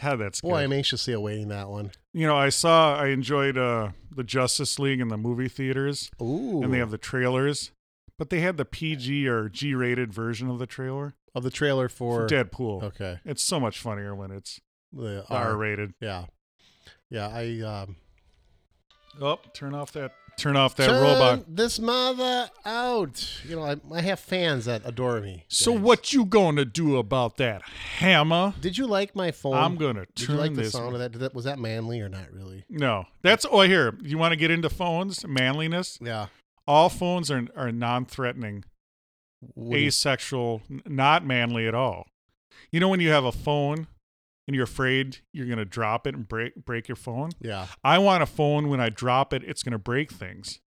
A: God, that's
B: Boy,
A: good.
B: I'm anxiously awaiting that one.
A: you know, I saw, I enjoyed uh, the Justice League in the movie theaters,
B: Ooh,
A: and they have the trailers, but they had the PG or G rated version of the trailer
B: of the trailer
A: for
B: for
A: Deadpool.
B: Okay,
A: It's so much funnier when it's
B: the
A: R
B: R.
A: rated.
B: Yeah, yeah. I um,
A: Oh, turn off that. Turn off that
B: Turn
A: robot.
B: This mother out. You know, I, I have fans that adore me.
A: So
B: Dave.
A: what you gonna do about that hammer?
B: Did you like my phone?
A: I'm gonna
B: Did
A: turn
B: you like the
A: this.
B: sound of that? Did that? Was that manly or not really?
A: No, that's oh here. You want to get into phones? Manliness.
B: Yeah.
A: All phones are are non-threatening, asexual, n- not manly at all. You know when you have a phone and you're afraid you're gonna drop it and break break your phone.
B: yeah.
A: I want a phone when I drop it, it's gonna break things.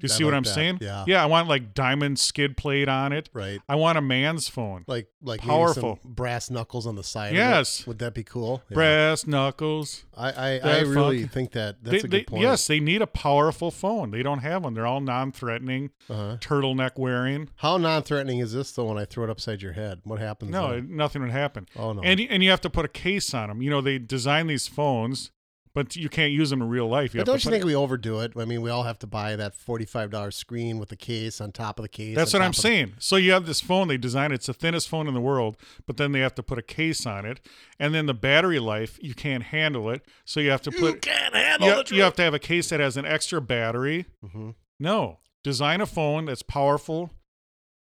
A: Do you
B: I
A: see what
B: like
A: I'm
B: that.
A: saying?
B: Yeah.
A: Yeah, I want like diamond skid plate on it.
B: Right.
A: I want a man's phone.
B: Like like maybe some
A: Powerful.
B: brass knuckles on the side. of it.
A: Yes.
B: Would that be cool? Yeah.
A: Brass knuckles.
B: I I, I
A: that
B: really
A: fuck.
B: think that
A: They,
B: that's a
A: they-
B: good point.
A: Yes, they need a powerful phone. They don't have one. They're all non-threatening,
B: Uh-huh.
A: turtleneck wearing.
B: How non-threatening is this though? When I throw it upside your head, what happens?
A: No,
B: then?
A: it- nothing would happen.
B: Oh, no.
A: And y- and you have to put a case on them. You know, they design these phones, but you can't use them in real life. You have
B: But don't
A: to
B: you
A: put-
B: think we overdo it? I mean, we all have to buy that forty-five dollar screen with the case on top of the case.
A: That's
B: on
A: what I'm
B: top of-
A: saying. So you have this phone they designed. It's the thinnest phone in the world, but then they have to put a case on it, and then the battery life you can't handle it. So you have to put. You can't handle you, you have to have a case that has an extra battery.
B: Mhm.
A: No, design a phone that's powerful.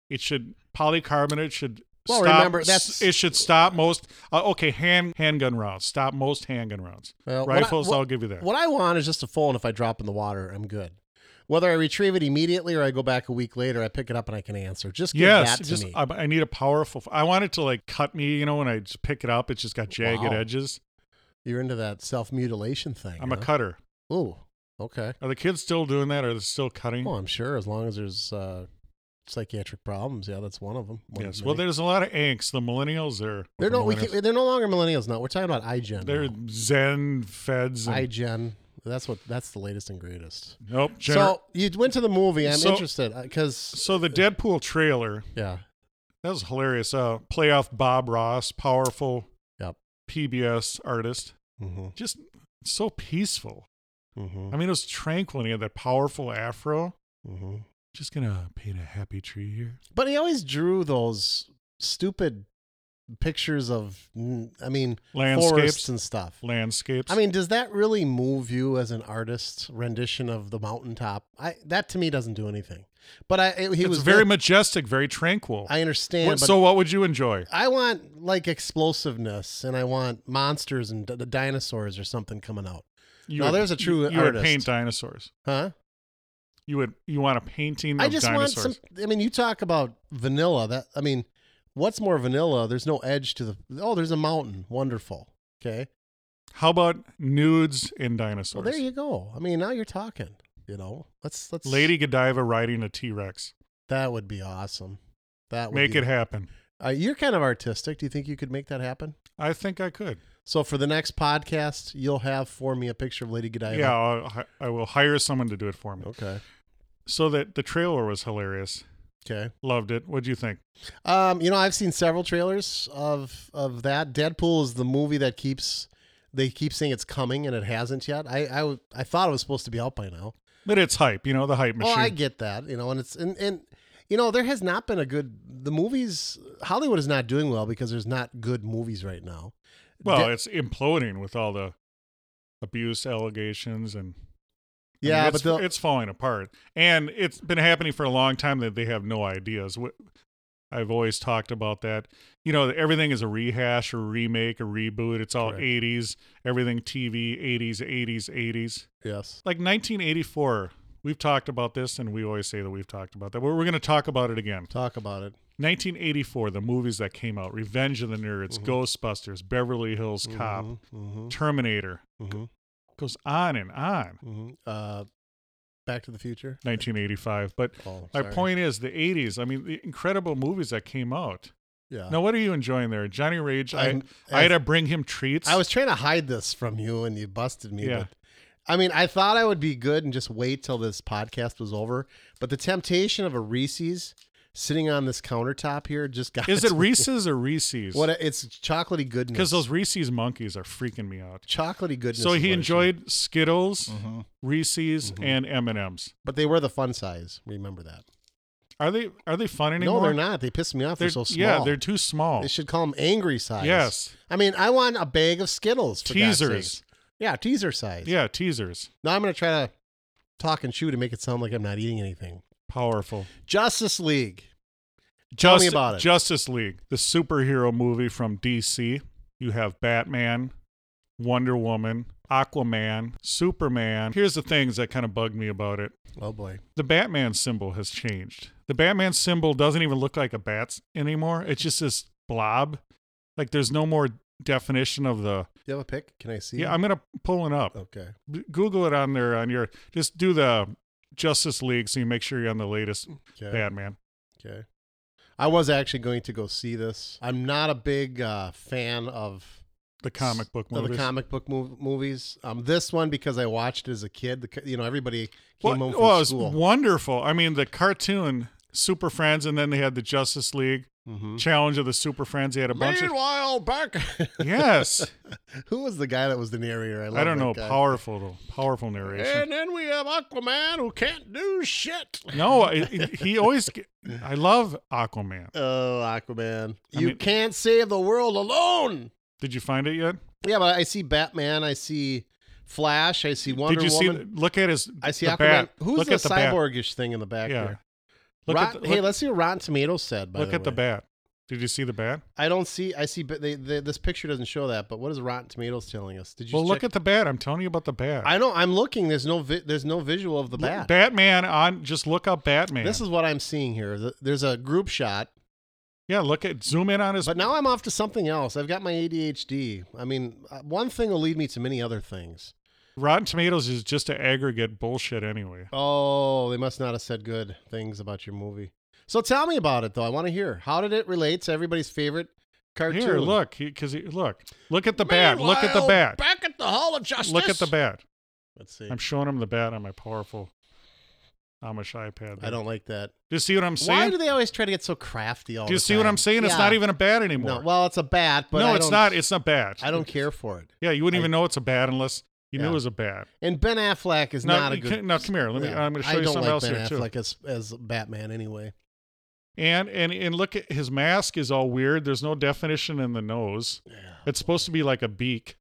A: It should polycarbonate should.
B: Well,
A: stop,
B: remember,
A: s-
B: that's-
A: it should stop most. Uh, okay, hand handgun rounds stop most handgun rounds.
B: Well, what I-
A: Rifles,
B: what-
A: I'll give you that.
B: What I want is just a phone. If I drop in the water, I'm good. Whether I retrieve it immediately or I go back a week later, I pick it up and I can answer. Just give
A: Yes,
B: that to
A: just
B: me.
A: I, I need a powerful. f- I want it to like cut me. You know, when I just pick it up, it's just got jagged
B: Wow.
A: edges.
B: You're into that self mutilation thing.
A: I'm a
B: huh?
A: cutter.
B: Ooh, okay.
A: Are the kids still doing that? Are they still cutting?
B: Well, I'm sure as long as there's uh, psychiatric problems, yeah, that's one of them. One of
A: yes. Well,
B: many.
A: there's a lot of angst. The millennials are.
B: they're
A: the
B: no, we
A: millennials-
B: can, they're no longer millennials now. We're talking about iGen.
A: they're
B: now.
A: Zen feds. And,
B: iGen. That's what. That's the latest and greatest.
A: nope. gener- so,
B: so uh, you went to the movie. I'm
A: So-
B: interested because
A: the Deadpool trailer
B: yeah,
A: that was hilarious. Uh, play off Bob Ross, powerful
B: Yep.
A: PBS artist.
B: mm-hmm,
A: Just so peaceful.
B: mm-hmm,
A: I mean, it was tranquil. And he had that powerful afro.
B: mm-hmm.
A: Just gonna paint a happy tree here.
B: But he always drew those stupid pictures of, mm, I mean,
A: Landscapes.
B: forests and stuff.
A: Landscapes.
B: I mean, does that really move you as an artist rendition of the mountaintop? I that to me doesn't do anything. But I it- he
A: it's
B: was
A: very
B: lit-
A: majestic, very tranquil.
B: I understand.
A: What-
B: but
A: so, what would you enjoy?
B: I want like explosiveness, and I want monsters and d- dinosaurs or something coming out,
A: You
B: No,
A: would-
B: there's a true
A: You, you would
B: artist.
A: paint dinosaurs.
B: huh?
A: You would you want a painting
B: I
A: of
B: just
A: dinosaurs?
B: want some. I mean, you talk about vanilla. That I mean, what's more vanilla? There's no edge to the. Oh, there's a mountain. Wonderful. Okay.
A: How about nudes and dinosaurs?
B: Well, there you go. I mean, now you're talking. You know, let's let's.
A: Lady Godiva riding a T Rex.
B: that would be awesome. That would
A: Make
B: be,
A: it happen.
B: Uh, you're kind of artistic. Do you think you could make that happen?
A: I think I could.
B: So for the next podcast, you'll have for me a picture of Lady Godiva.
A: yeah, I'll, hi- I will hire someone to do it for me.
B: Okay.
A: So that the trailer was hilarious.
B: Okay.
A: Loved it. What'd you think?
B: Um, you know, I've seen several trailers of of that. Deadpool is the movie that keeps they keep saying it's coming and it hasn't yet. I I, w- I thought it was supposed to be out by now.
A: But it's hype, you know, the hype
B: Oh,
A: machine.
B: I get that. You know, and it's and and you know there has not been a good the movies Hollywood is not doing well because there's not good movies right now.
A: well,
B: De-
A: it's imploding with all the abuse allegations and I mean,
B: yeah,
A: it's,
B: but the,
A: it's falling apart, and it's been happening for a long time that they have no ideas. Wh- I've always talked about that. You know, everything is a rehash, a remake, a reboot. It's all
B: Correct.
A: '80s. Everything TV '80s, '80s, '80s.
B: yes.
A: Like 1984. We've talked about this, and we always say that we've talked about that. But we're going to talk about it again.
B: Talk about it.
A: 1984, the movies that came out: Revenge of the Nerds, Ghostbusters, Beverly Hills Cop,
B: Mm-hmm,
A: Terminator.
B: hmm
A: Goes on and on.
B: hmm Uh, Back to the Future.
A: 1985. But
B: Oh,
A: my
B: sorry.
A: point is the 80s. I mean, the incredible movies that came out.
B: Yeah.
A: Now, what are you enjoying there, Johnny Rage? I,
B: I'm-
A: I had to bring him treats.
B: I was trying to hide this from you, and you busted me.
A: Yeah.
B: But, I mean, I thought I would be good and just wait till this podcast was over, but the temptation of a Reese's sitting on this countertop here just got.
A: Is it
B: to me.
A: Reese's or Reese's?
B: What it's chocolatey goodness.
A: Because those Reese's monkeys are freaking me out.
B: chocolatey goodness.
A: So
B: is what
A: he
B: it Mm-hmm. should-
A: enjoyed Skittles, Reese's, and M and M's.
B: but they were the fun size. Remember that?
A: Are they are they fun anymore?
B: No, they're not. They piss me off. They're, so small.
A: Yeah, they're too small.
B: They should call them angry size.
A: Yes.
B: I mean, I want a bag of Skittles. For God's
A: Teasers.
B: sakes. Yeah, teaser size.
A: Yeah, teasers.
B: Now I'm gonna try to talk and chew to make it sound like I'm not eating anything.
A: Powerful.
B: Justice League. Tell me about it.
A: Justice League, the superhero movie from DC. You have Batman, Wonder Woman, Aquaman, Superman. Here's the things that kind of bug me about it.
B: Oh boy.
A: The Batman symbol has changed. The Batman symbol doesn't even look like a bat anymore. It's just this blob. Like there's no more definition of the.
B: Do you have a pick? Can I see?
A: Yeah, I'm gonna pull it up.
B: okay.
A: B- Google it on there on your. Just do the Justice League so you make sure you're on the latest
B: Okay.
A: Batman.
B: Okay. I was actually going to go see this. I'm not a big uh, fan of
A: The comic book
B: of
A: movies.
B: Oh, the comic book mov- movies. Um, this one because I watched it as a kid. The, co- you know, everybody came
A: Well,
B: home from
A: well, it was
B: school.
A: oh, wonderful. I mean, the cartoon Super Friends, and then they had the Justice League
B: Mhm.
A: Challenge of the Super Friends. They had a bunch of
B: Meanwhile, back.
A: yes.
B: Who was the guy that was the narrator? I, love
A: I don't
B: that
A: know,
B: guy.
A: powerful though, powerful narration.
B: And then we have Aquaman who can't do shit.
A: No, I he always. ge- I love Aquaman.
B: Oh, Aquaman!
A: I
B: you
A: mean-
B: can't save the world alone.
A: Did you find it yet?
B: Yeah, but I see Batman. I see Flash. I see Wonder
A: Did you
B: Woman.
A: see? Look at his.
B: I see
A: the
B: Aquaman.
A: bat.
B: Who's
A: look
B: the
A: at the bat.
B: cyborgish thing in the back
A: Yeah.
B: there?
A: Look
B: Rot-
A: at the,
B: hey,
A: look,
B: let's see what Rotten Tomatoes said. By
A: look
B: the
A: at the
B: way.
A: bat. Did you see the bat?
B: I don't see. I see, but they, they, this picture doesn't show that. But what is Rotten Tomatoes telling us? Did you?
A: Well, look
B: check-
A: at the bat. I'm telling you about the bat.
B: I know. I'm looking. There's no. Vi- there's no visual of the
A: Look-
B: bat.
A: Batman on. Just look up Batman.
B: This is what I'm seeing here. Th- There's a group shot,
A: yeah. Look at zoom in on his.
B: but now I'm off to something else. I've got my ADHD. I mean, uh, one thing will lead me to many other things.
A: Rotten Tomatoes is just an aggregate bullshit anyway.
B: Oh, they must not have said good things about your movie. So tell me about it, though. I want to hear. How did it relate to everybody's favorite cartoon?
A: Here, look, because he, look, look at the bat. Look at the bat.
B: Back at the Hall of Justice.
A: Look at the bat.
B: Let's see.
A: I'm showing him the bat on my powerful Amish iPad.
B: I don't like that.
A: Do you see what I'm saying?
B: Why do they always try to get so crafty all
A: Do you
B: the
A: see what
B: time?
A: I'm saying? It's
B: Yeah.
A: not even a bat
B: No,
A: anymore.
B: well, it's a bat, but
A: no,
B: I
A: it's
B: don't-
A: not. It's not bat.
B: I don't care for it.
A: Yeah, you wouldn't
B: I-
A: even know it's a bat unless you knew
B: Yeah.
A: it was a bat.
B: And Ben Affleck is
A: Now,
B: not a
A: you
B: good.
A: can't- now, come here. Let me- I'm gonna show
B: I
A: you
B: don't
A: something
B: like
A: else
B: ben
A: here, too.
B: Affleck As, as Batman, anyway.
A: And and and look at his mask is all weird. There's no definition in the nose. It's supposed to be like a beak.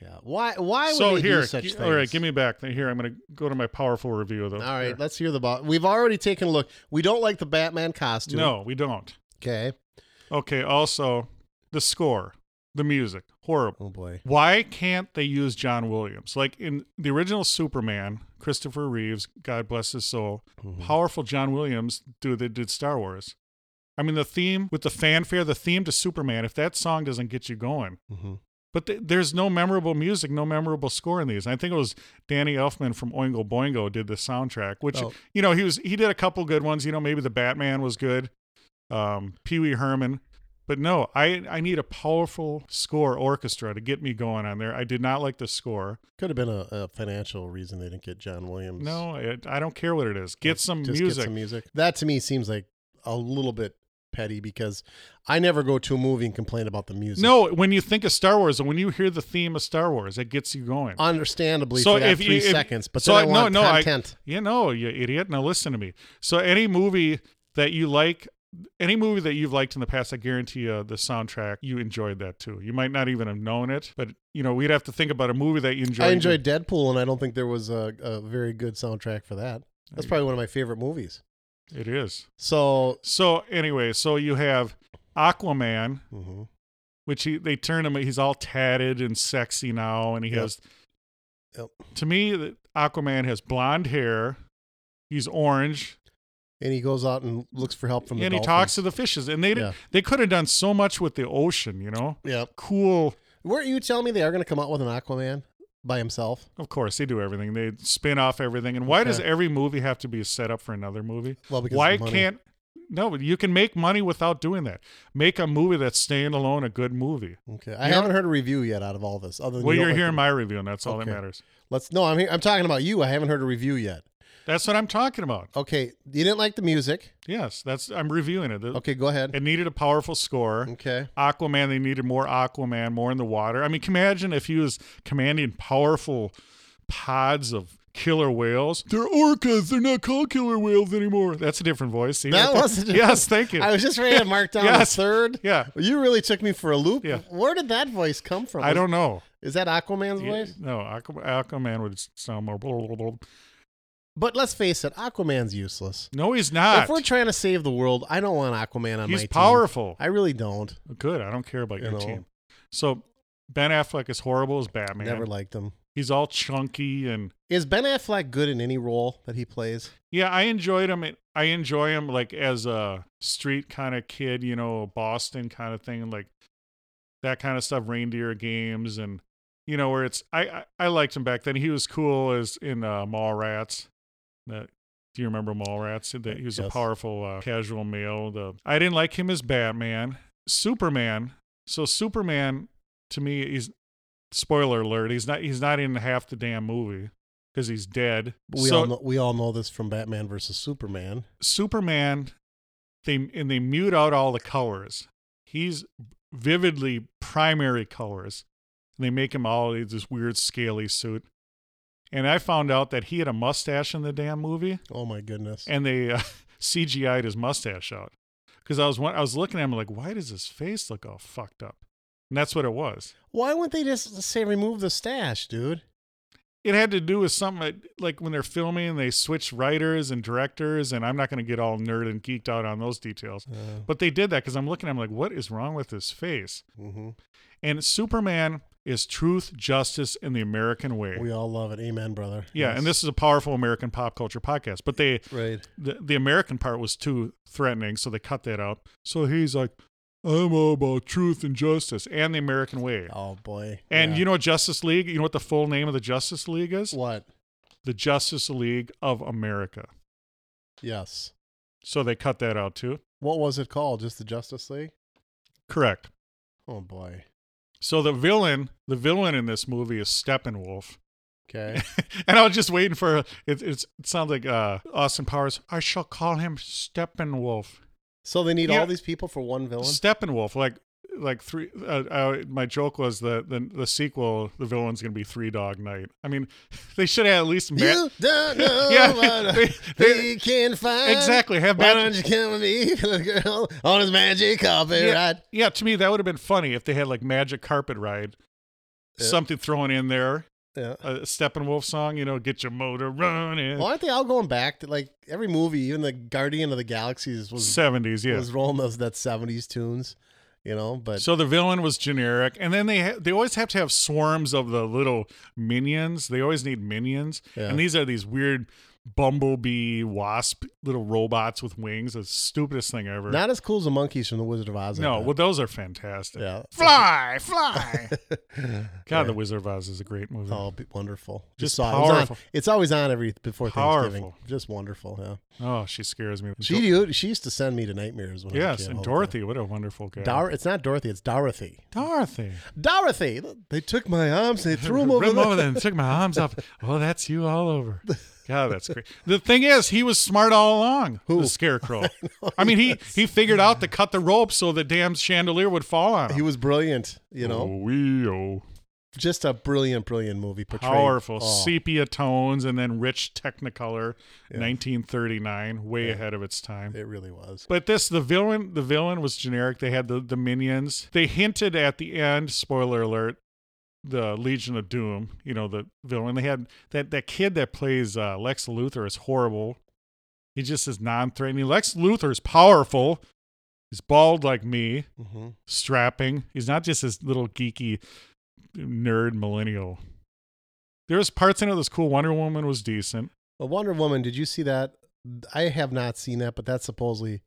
B: Yeah. Why? Why would
A: so
B: they
A: here,
B: do such
A: gi-
B: things?
A: all right, give me back. Here, I'm gonna go to my powerful review though.
B: All right,
A: Here.
B: let's hear the bot. We've already taken a look. We don't like the Batman costume.
A: No, we don't.
B: Okay.
A: Okay, also the score, the music, horrible.
B: Oh boy.
A: Why can't they use John Williams? Like in the original Superman, Christopher Reeves, God bless his soul, powerful John Williams dude that did Star Wars. I mean, the theme with the fanfare, the theme to Superman, if that song doesn't get you going,
B: Mhm.
A: but th- there's no memorable music, no memorable score in these. And I think it was Danny Elfman from Oingo Boingo did the soundtrack, which
B: Oh.
A: you know he was he did a couple good ones. You know maybe the Batman was good, um, Pee Wee Herman, but no, I I need a powerful score orchestra to get me going on there. I did not like the score.
B: Could have been a, a financial reason they didn't get John Williams.
A: No, I, I don't care what it is. Get some
B: Just
A: music.
B: Get some music. That to me seems like a little bit petty because I never go to a movie and complain about the music.
A: No, when you think of Star Wars and when you hear the theme of Star Wars, it gets you going.
B: Understandably, for that three seconds, but
A: so
B: then I
A: no,
B: want
A: no,
B: content.
A: I, you know, you idiot. Now listen to me. So any movie that you like, any movie that you've liked in the past, I guarantee you the soundtrack you enjoyed that too. You might not even have known it, but you know we'd have to think about a movie that you enjoyed.
B: I enjoyed Deadpool, and I don't think there was a, a very good soundtrack for that. That's probably one of my favorite movies.
A: It is.
B: So,
A: So anyway, so you have Aquaman,
B: mhm.
A: which he, they turn him. He's all tatted and sexy now, and he
B: Yep.
A: has.
B: Yep.
A: To me, the- Aquaman has blonde hair. He's orange.
B: and he goes out and looks for help from the
A: and he
B: dolphins.
A: talks to the fishes, and they
B: Yeah.
A: they could have done so much with the ocean, you know.
B: Yep.
A: Cool.
B: Weren't you telling me they are going to come out with an Aquaman by himself?
A: Of course, they do everything. They spin off everything. And why does
B: Okay.
A: every movie have to be a setup for another movie?
B: Well, because
A: why
B: of money.
A: can't no? but You can make money without doing that. Make a movie that's standalone, a good movie.
B: Okay, I haven't heard a review yet out of all this. Other than
A: Well,
B: you
A: you're
B: don't like
A: hearing
B: the-
A: my review, and that's all that
B: Okay.
A: matters.
B: Let's no, I'm here, I'm talking about you. I haven't heard a review yet.
A: That's what I'm talking about.
B: Okay, you didn't like the music.
A: Yes, that's I'm reviewing it.
B: Okay, go ahead.
A: It needed a powerful score.
B: Okay,
A: Aquaman, they needed more Aquaman, more in the water. I mean, can you imagine if he was commanding powerful pods of killer whales. They're orcas. They're not called killer whales anymore. That's a different voice. See,
B: that
A: right there?
B: was the
A: yes. Thank you.
B: I was just ready to mark down
A: Yes.
B: the third.
A: yeah.
B: You really took me for a loop.
A: Yeah.
B: Where did that voice come from?
A: I don't know.
B: Is that Aquaman's voice?
A: No, Aqu- Aquaman would sound more. Blah, blah, blah, blah.
B: But let's face it, Aquaman's useless.
A: No, he's not.
B: If we're trying to save the world, I don't want Aquaman on my
A: he's
B: team.
A: powerful.
B: I really don't.
A: Good. I don't care about
B: You
A: your
B: know.
A: team. So Ben Affleck is horrible as Batman.
B: Never liked him.
A: he's all chunky and
B: Is Ben Affleck good in any role that he plays?
A: Yeah, I enjoyed him. in- I enjoy him like as a street kind of kid, you know, Boston kind of thing, like that kind of stuff, reindeer games, and you know where it's. I I, I liked him back then. He was cool as in uh, Mallrats. That do you remember Mallrats? That he was a
B: Yes.
A: powerful uh, casual male. The I didn't like him as Batman, Superman. So Superman to me, he's spoiler alert. He's not. He's not in half the damn movie because he's dead.
B: But we
A: So-
B: all know, we all know this from Batman versus Superman.
A: Superman, they and they mute out all the colors. He's vividly primary colors. And they make him all in this weird scaly suit. And I found out that he had a mustache in the damn movie,
B: Oh my goodness!
A: and they uh, CGI'd his mustache out. Because I was wa- I was looking at him like, why does his face look all fucked up? And that's what it was.
B: Why wouldn't they just say remove the stash, dude?
A: It had to do with something like- like when they're filming, they switch writers and directors, and I'm not going to get all nerd and geeked out on those details.
B: Uh,
A: But they did that because I'm looking, I'm like, what is wrong with his face?
B: mhm.
A: And Superman is truth, justice, and the American way.
B: We all love it. Amen, brother.
A: yeah, and this is a powerful American pop culture podcast. But they
B: right.
A: the, the American part was too threatening, so they cut that out. So he's like, I'm all about truth and justice and the American way.
B: Oh boy.
A: And you know Justice League, you know what the full name of the Justice League is?
B: what?
A: The Justice League of America.
B: Yes.
A: So they cut that out too.
B: What was it called? Just the Justice League?
A: Correct.
B: Oh boy.
A: So the villain, the villain in this movie is Steppenwolf.
B: Okay.
A: and I was just waiting for it. It's, it sounds like uh, Austin Powers. I shall call him Steppenwolf.
B: so they need
A: You know-
B: all these people for one villain.
A: Steppenwolf, like like three. Uh, uh, my joke was that the the sequel, the villain's gonna be Three Dog Night. I mean, they should have at least met.
B: You don't know
A: Yeah,
B: what
A: they- they-
B: he can find.
A: Exactly, have
B: Why don't
A: magic-
B: you come with me, little girl, on his magic carpet
A: yeah,
B: ride?
A: yeah, to me that would have been funny if they had like Magic Carpet Ride,
B: Yeah.
A: something thrown in there,
B: Yeah.
A: a Steppenwolf song, you know, get your motor running.
B: Well, aren't they all going back? To, like every movie, even the Guardian of the Galaxies was
A: Seventies, yeah.
B: was rolling those that seventies tunes, you know. But
A: So the villain was generic, and then they ha- they always have to have swarms of the little minions. They always need minions,
B: Yeah.
A: and these are these weird bumblebee wasp little robots with wings. The stupidest thing ever.
B: not as cool as the monkeys from the Wizard of Oz. I
A: no,
B: bet.
A: well those are fantastic.
B: yeah,
A: Fly, fly! God, The
B: Yeah.
A: Wizard of Oz is a great movie.
B: Oh, be wonderful.
A: Just
B: saw it. It was on-
A: powerful.
B: it's always on every before Thanksgiving.
A: Powerful.
B: Just wonderful. Yeah.
A: Oh, she scares me.
B: She do, she used to send me to nightmares when I was a
A: yes,
B: kid,
A: and
B: all the
A: Dorothy, what a wonderful guy.
B: time. Dor- it's not Dorothy. It's Dorothy.
A: Dorothy.
B: Dorothy. They took my arms. They threw them over.
A: Rim
B: the-
A: over there and took my arms off. Oh, that's you all over. God, that's great. The thing is, he was smart all along.
B: Who? Oh,
A: The scarecrow. I, mean, he he figured out to cut the rope so the damn chandelier would fall on him.
B: He was brilliant. You know,
A: Oh, wee, oh.
B: just a brilliant, brilliant movie. Portrayed.
A: powerful
B: Oh.
A: sepia tones and then rich Technicolor,
B: Yeah.
A: 1939, way ahead of its time.
B: It really was.
A: But this the villain the villain was generic. They had the, the minions. They hinted at the end, spoiler alert, the Legion of Doom, you know, the villain. They had that that kid that plays uh, Lex Luthor is horrible. He just is non threatening. Lex Luthor is powerful. He's bald like me,
B: Mm-hmm.
A: strapping. He's not just this little geeky nerd millennial. There was parts in it that was cool. Wonder Woman was decent.
B: Well, Wonder Woman, did you see that I have not seen that, but that supposedly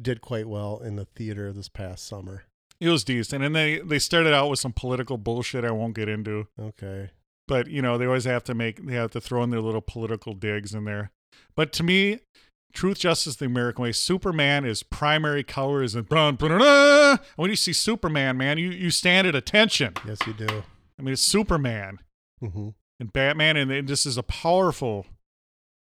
B: did quite well in the theater this past summer.
A: It was decent, and they they started out with some political bullshit I won't get into,
B: Okay.
A: but you know they always have to make they have to throw in their little political digs in there. But to me, truth, justice, the American way. Superman is primary color is in brown. And when you see Superman, man, you you stand at attention.
B: Yes, you do.
A: I mean, it's Superman
B: hmm
A: and Batman, and, and this is a powerful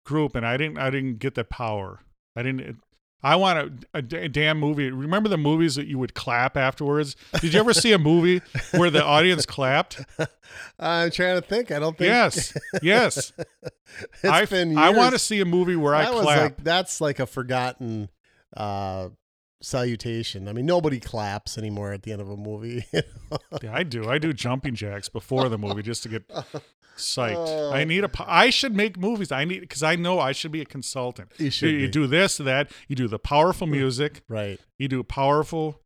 A: group. And I didn't, I didn't get that power. I didn't. I want a, a da- damn movie. Remember the movies that you would clap afterwards? Did you ever see a movie where the audience clapped?
B: I'm trying to think. I don't think.
A: Yes, yes.
B: It's
A: I,
B: been years.
A: I want to see a movie where I
B: That was
A: clap.
B: like that's like a forgotten uh, salutation. I mean, nobody claps anymore at the end of a movie.
A: Yeah, I do. I do jumping jacks before the movie just to get psyched.
B: Oh.
A: I need a. po- I should make movies. I need because I know I should be a consultant.
B: You should
A: You,
B: be. Mm.
A: do this, that. You do the powerful music.
B: right.
A: You do powerful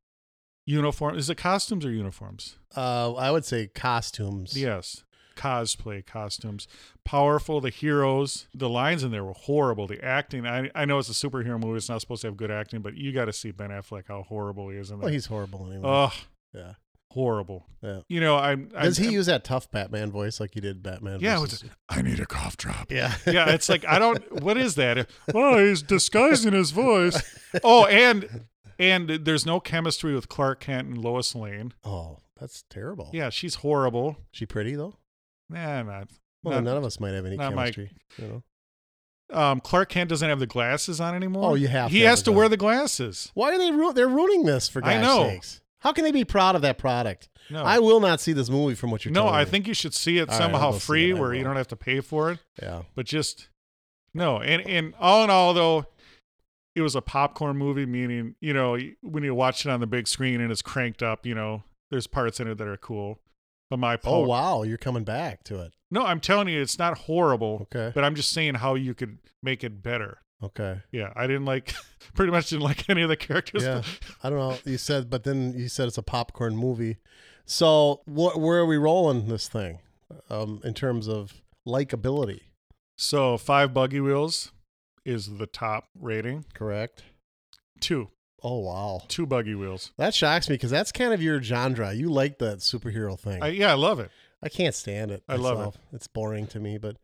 A: uniform. Is it costumes or uniforms?
B: Uh, I would say costumes.
A: Yes, cosplay costumes. Powerful. The heroes. The lines in there were horrible. The acting. I I know it's a superhero movie. It's not supposed to have good acting, but you got to see Ben Affleck how horrible he is in
B: Well,
A: there.
B: he's horrible anyway.
A: Ugh,
B: yeah.
A: horrible.
B: Yeah.
A: You know, Uh, I
B: Does
A: I,
B: he use that tough Batman voice like he did Batman?
A: Yeah,
B: versus-
A: it's- I need a cough drop.
B: yeah,
A: yeah, it's like I don't. What is that? Well, he's disguising his voice. Oh, and and there's no chemistry with Clark Kent and Lois Lane.
B: oh, that's terrible.
A: Yeah, she's horrible.
B: she pretty though.
A: Nah, not.
B: Well, then
A: not-
B: none of us might have any
A: not my-
B: chemistry. You know?
A: um, Clark Kent doesn't have the glasses on anymore.
B: Oh, you have
A: He
B: to have
A: has
B: the
A: to wear the glasses.
B: Why are they? Ru- they're ruining this for
A: I
B: God's
A: know.
B: sakes. How can they be proud of that product?
A: No,
B: I will not see this movie from what you're
A: no.
B: telling
A: I
B: me.
A: think you should see it
B: All right, I'll
A: somehow
B: go see
A: free,
B: it, I
A: where you
B: will.
A: don't have to pay for it.
B: Yeah.
A: But just no. And and all in all, though, it was a popcorn movie. Meaning, you know, when you watch it on the big screen and it's cranked up, you know, there's parts in it that are cool. But my
B: Oh
A: pol-
B: wow, you're coming back to it.
A: No, I'm telling you, it's not horrible.
B: Okay.
A: But I'm just saying how you could make it better.
B: Okay.
A: Yeah, I didn't like, pretty much didn't like any of the characters.
B: Yeah. I don't know. You said, but then you said it's a popcorn movie. So what? Where are we rolling this thing, um, in terms of likability?
A: So five buggy wheels is the top rating.
B: Correct.
A: Two,
B: Oh wow,
A: two buggy wheels.
B: that shocks me because that's kind of your genre. You like that superhero thing.
A: I,
B: I,
A: yeah, I love it.
B: can't stand it.
A: I love it.
B: it. It's boring to me, but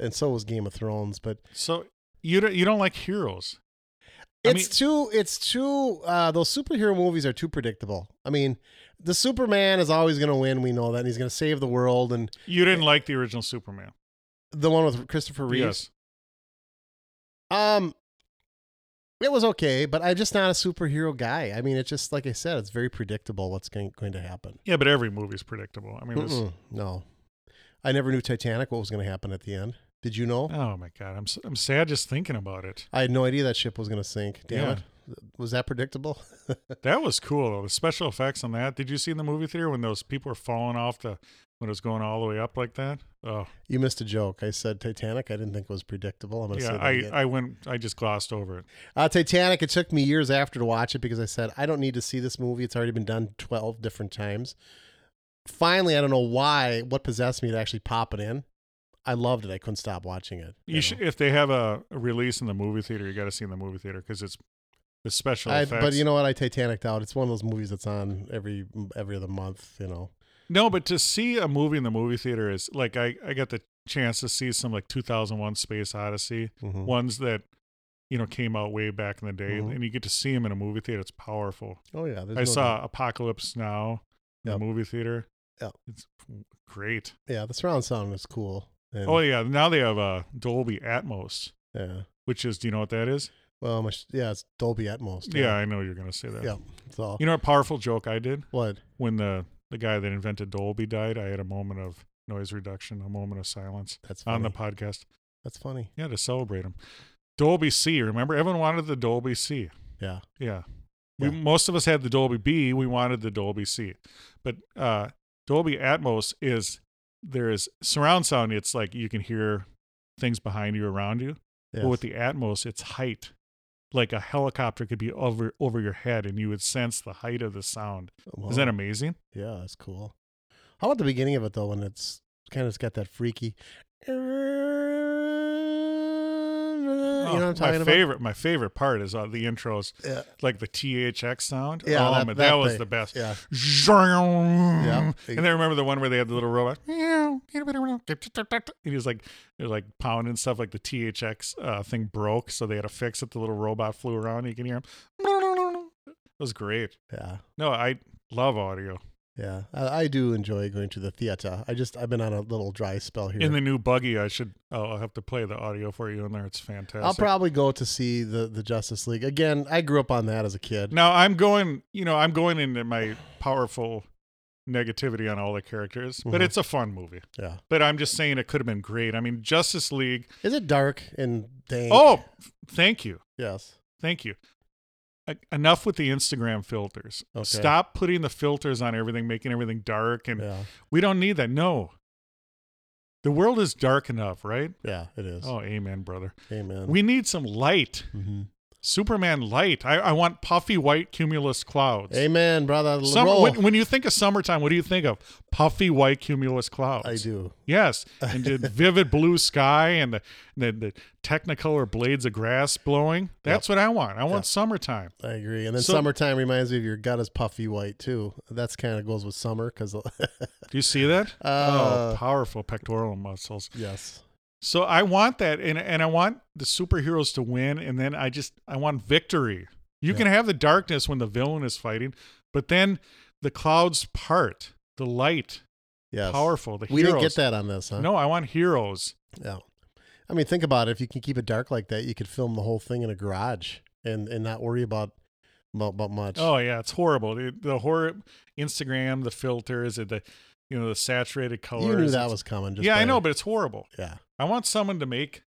B: and so was Game of Thrones. But
A: So you don't you don't like heroes. I mean-
B: It's too. It's too. Uh, those superhero movies are too predictable. I mean, the Superman is always going to win. We know that and he's going to save the world. And
A: You didn't like the original Superman.
B: the one with Christopher Reeves.
A: Yes.
B: Um, it was okay, but I'm just not a superhero guy. I mean, it's just like I said, it's very predictable what's going, going to happen.
A: Yeah, but every movie is predictable. I mean, it's,
B: Mm-mm, no, I never knew Titanic what was going to happen at the end. Did you know?
A: oh my god, I'm s- I'm sad just thinking about it.
B: I had no idea that ship was going to sink. Damn
A: Yeah.
B: it. Was that predictable?
A: That was cool though. The special effects on that. Did you see in the movie theater when those people were falling off the when it was going all the way up like that? Oh
B: you missed a joke. I said Titanic. I didn't think was predictable. I'm going to
A: yeah,
B: say that
A: I
B: again.
A: I went I just glossed over it.
B: Uh, Titanic, it took me years after to watch it because I said, I don't need to see this movie. It's already been done 12 different times. Finally, I don't know why, what possessed me to actually pop it in. I loved it. I couldn't stop watching it.
A: You
B: know?
A: should, if they have a, a release in the movie theater, you got to see in the movie theater because it's the special
B: I,
A: effects.
B: but you know what? I Titanic out. It's one of those movies that's on every every other month. You know,
A: no, but to see a movie in the movie theater is like I, I got the chance to see some like 2001 Space Odyssey
B: Mhm.
A: ones that you know came out way back in the day,
B: Mhm.
A: and you get to see them in a movie theater. It's powerful.
B: Oh yeah, there's
A: I
B: no
A: saw
B: doubt.
A: Apocalypse Now in
B: Yep.
A: the movie theater.
B: Yep.
A: it's great.
B: Yeah, the surround sound was cool. And,
A: Oh yeah, now they have uh, Dolby Atmos,
B: yeah.
A: which is do you know what that is?
B: Well, my, sh- yeah, it's Dolby Atmos.
A: Yeah, I know you're gonna say that.
B: yeah. So
A: You know what powerful joke I did?
B: what?
A: when the the guy that invented Dolby died, I had a moment of noise reduction, a moment of silence
B: That's funny.
A: on the podcast.
B: that's funny.
A: Yeah, to celebrate him. Dolby C, remember everyone wanted the Dolby C.
B: Yeah.
A: Yeah. We,
B: Yeah.
A: most of us had the Dolby B, we wanted the Dolby C. But uh Dolby Atmos is there is surround sound, it's like you can hear things behind you around you.
B: Yes.
A: But with the Atmos, it's height. Like a helicopter could be over over your head and you would sense the height of the sound.
B: Well,
A: Is that amazing?
B: Yeah, that's cool. How about the beginning of it
A: Oh,
B: though, when it's kind of it's got that freaky you know what I'm
A: my
B: talking about?
A: favorite, my favorite part is uh, the intros,
B: Yeah.
A: like the THX sound.
B: Yeah,
A: oh,
B: that-
A: man, that,
B: that
A: was
B: thing.
A: the best.
B: Yeah.
A: Yeah. And then remember the one where they had the little robot. And he was like, he was like pounding stuff. Like the THX uh, thing broke, so they had to fix it. The little robot flew around. You can hear him. It was great.
B: Yeah.
A: No, I love audio.
B: Yeah. I, I do enjoy going to the theater. I just I've been on a little dry spell here.
A: In the new buggy, I should. Oh, I'll have to play the audio for you in there. It's fantastic.
B: I'll probably go to see the the Justice League again. I grew up on that as a kid.
A: Now I'm going, you know, I'm going into my powerful negativity on all the characters, but
B: Mhm.
A: it's a fun movie.
B: Yeah.
A: But I'm just saying it could have been great. I mean, Justice League.
B: Is it dark and dank?
A: Oh, thank you.
B: yes.
A: Thank you. E- Enough with the Instagram filters.
B: Okay.
A: Stop putting the filters on everything, making everything dark. And
B: Yeah.
A: we don't need that. No. The world is dark enough, right?
B: Yeah. It is.
A: Oh, amen, brother.
B: Amen.
A: We need some light.
B: hmm
A: Superman light. I, I want puffy white cumulus clouds.
B: Amen, brother.
A: Summer,
B: Roll.
A: when, when you think of summertime, what do you think of? Puffy white cumulus clouds.
B: I do.
A: Yes, and the vivid blue sky and the the, the technicolor blades of grass blowing. That's what I want. I want summertime.
B: I agree. And then
A: So-
B: summertime reminds me of your gut is puffy white too. That's kind of goes with summer because
A: Do you see that?
B: Uh,
A: oh, powerful pectoral muscles.
B: yes,
A: So I want that, and and I want the superheroes to win, and then I just I want victory. You can have the darkness when the villain is fighting, but then the clouds part, the light,
B: yes,
A: powerful. The
B: We didn't
A: heroes.
B: get that on this, huh?
A: No, I want heroes.
B: Yeah. I mean, think about it. If you can keep it dark like that, you could film the whole thing in a garage and and not worry about mu- about much.
A: Oh yeah, it's horrible. The, the horror Instagram, the filters, and the you know the saturated colors.
B: you knew that
A: It's-
B: was coming. Just
A: yeah, I
B: by-
A: know, but it's horrible.
B: yeah,
A: I want someone to make.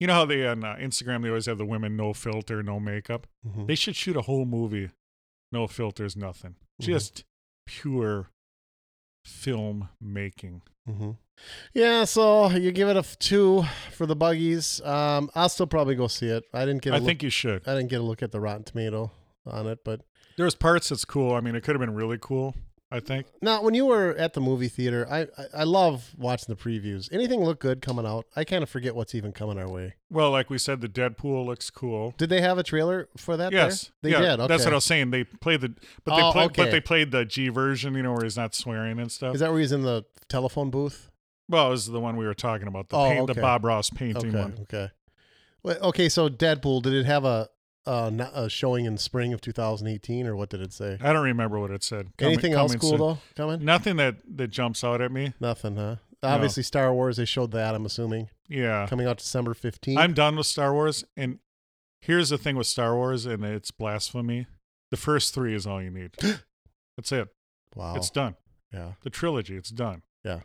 A: You know how they on uh, Instagram they always have the women no filter, no makeup.
B: Mhm.
A: They should shoot a whole movie, no filters, nothing.
B: Mhm.
A: Just pure film making.
B: Mhm. yeah. So you give it a f- two for the buggies. Um, I'll still probably go see it. I didn't get. A
A: I
B: look,
A: think you should.
B: I didn't get a look at the Rotten Tomato on it, but
A: There's parts that's cool. I mean, it could have been really cool. I think.
B: Now, when you were at the movie theater, I, I, I love watching the previews. Anything look good coming out? I kind of forget what's even coming our way.
A: Well, like we said, the Deadpool looks cool.
B: Did they have a trailer for that?
A: Yes,
B: there? they
A: yeah,
B: did. Okay.
A: That's what I was saying. They played the, but they
B: Oh,
A: played,
B: okay.
A: but they played the G version, you know, where he's not swearing and stuff.
B: Is that where he's in the telephone booth?
A: well, it was the one we were talking about, the
B: Oh,
A: paint,
B: okay.
A: the Bob Ross painting
B: Okay.
A: one.
B: Okay. Wait, okay. So Deadpool, did it have a, uh, n- a showing in spring of 2018, or what did it say?
A: I don't remember what it said. Coming-
B: Anything else
A: coming
B: cool
A: soon.
B: though coming?
A: Nothing that that jumps out at me.
B: Nothing, huh? Obviously, Star Wars. They showed that. I'm assuming
A: Yeah,
B: coming out December 15th.
A: I'm done with Star Wars. And here's the thing with Star Wars, and it's blasphemy. The first three is all you need. That's it.
B: wow.
A: It's done.
B: yeah.
A: The trilogy. It's done.
B: Yeah.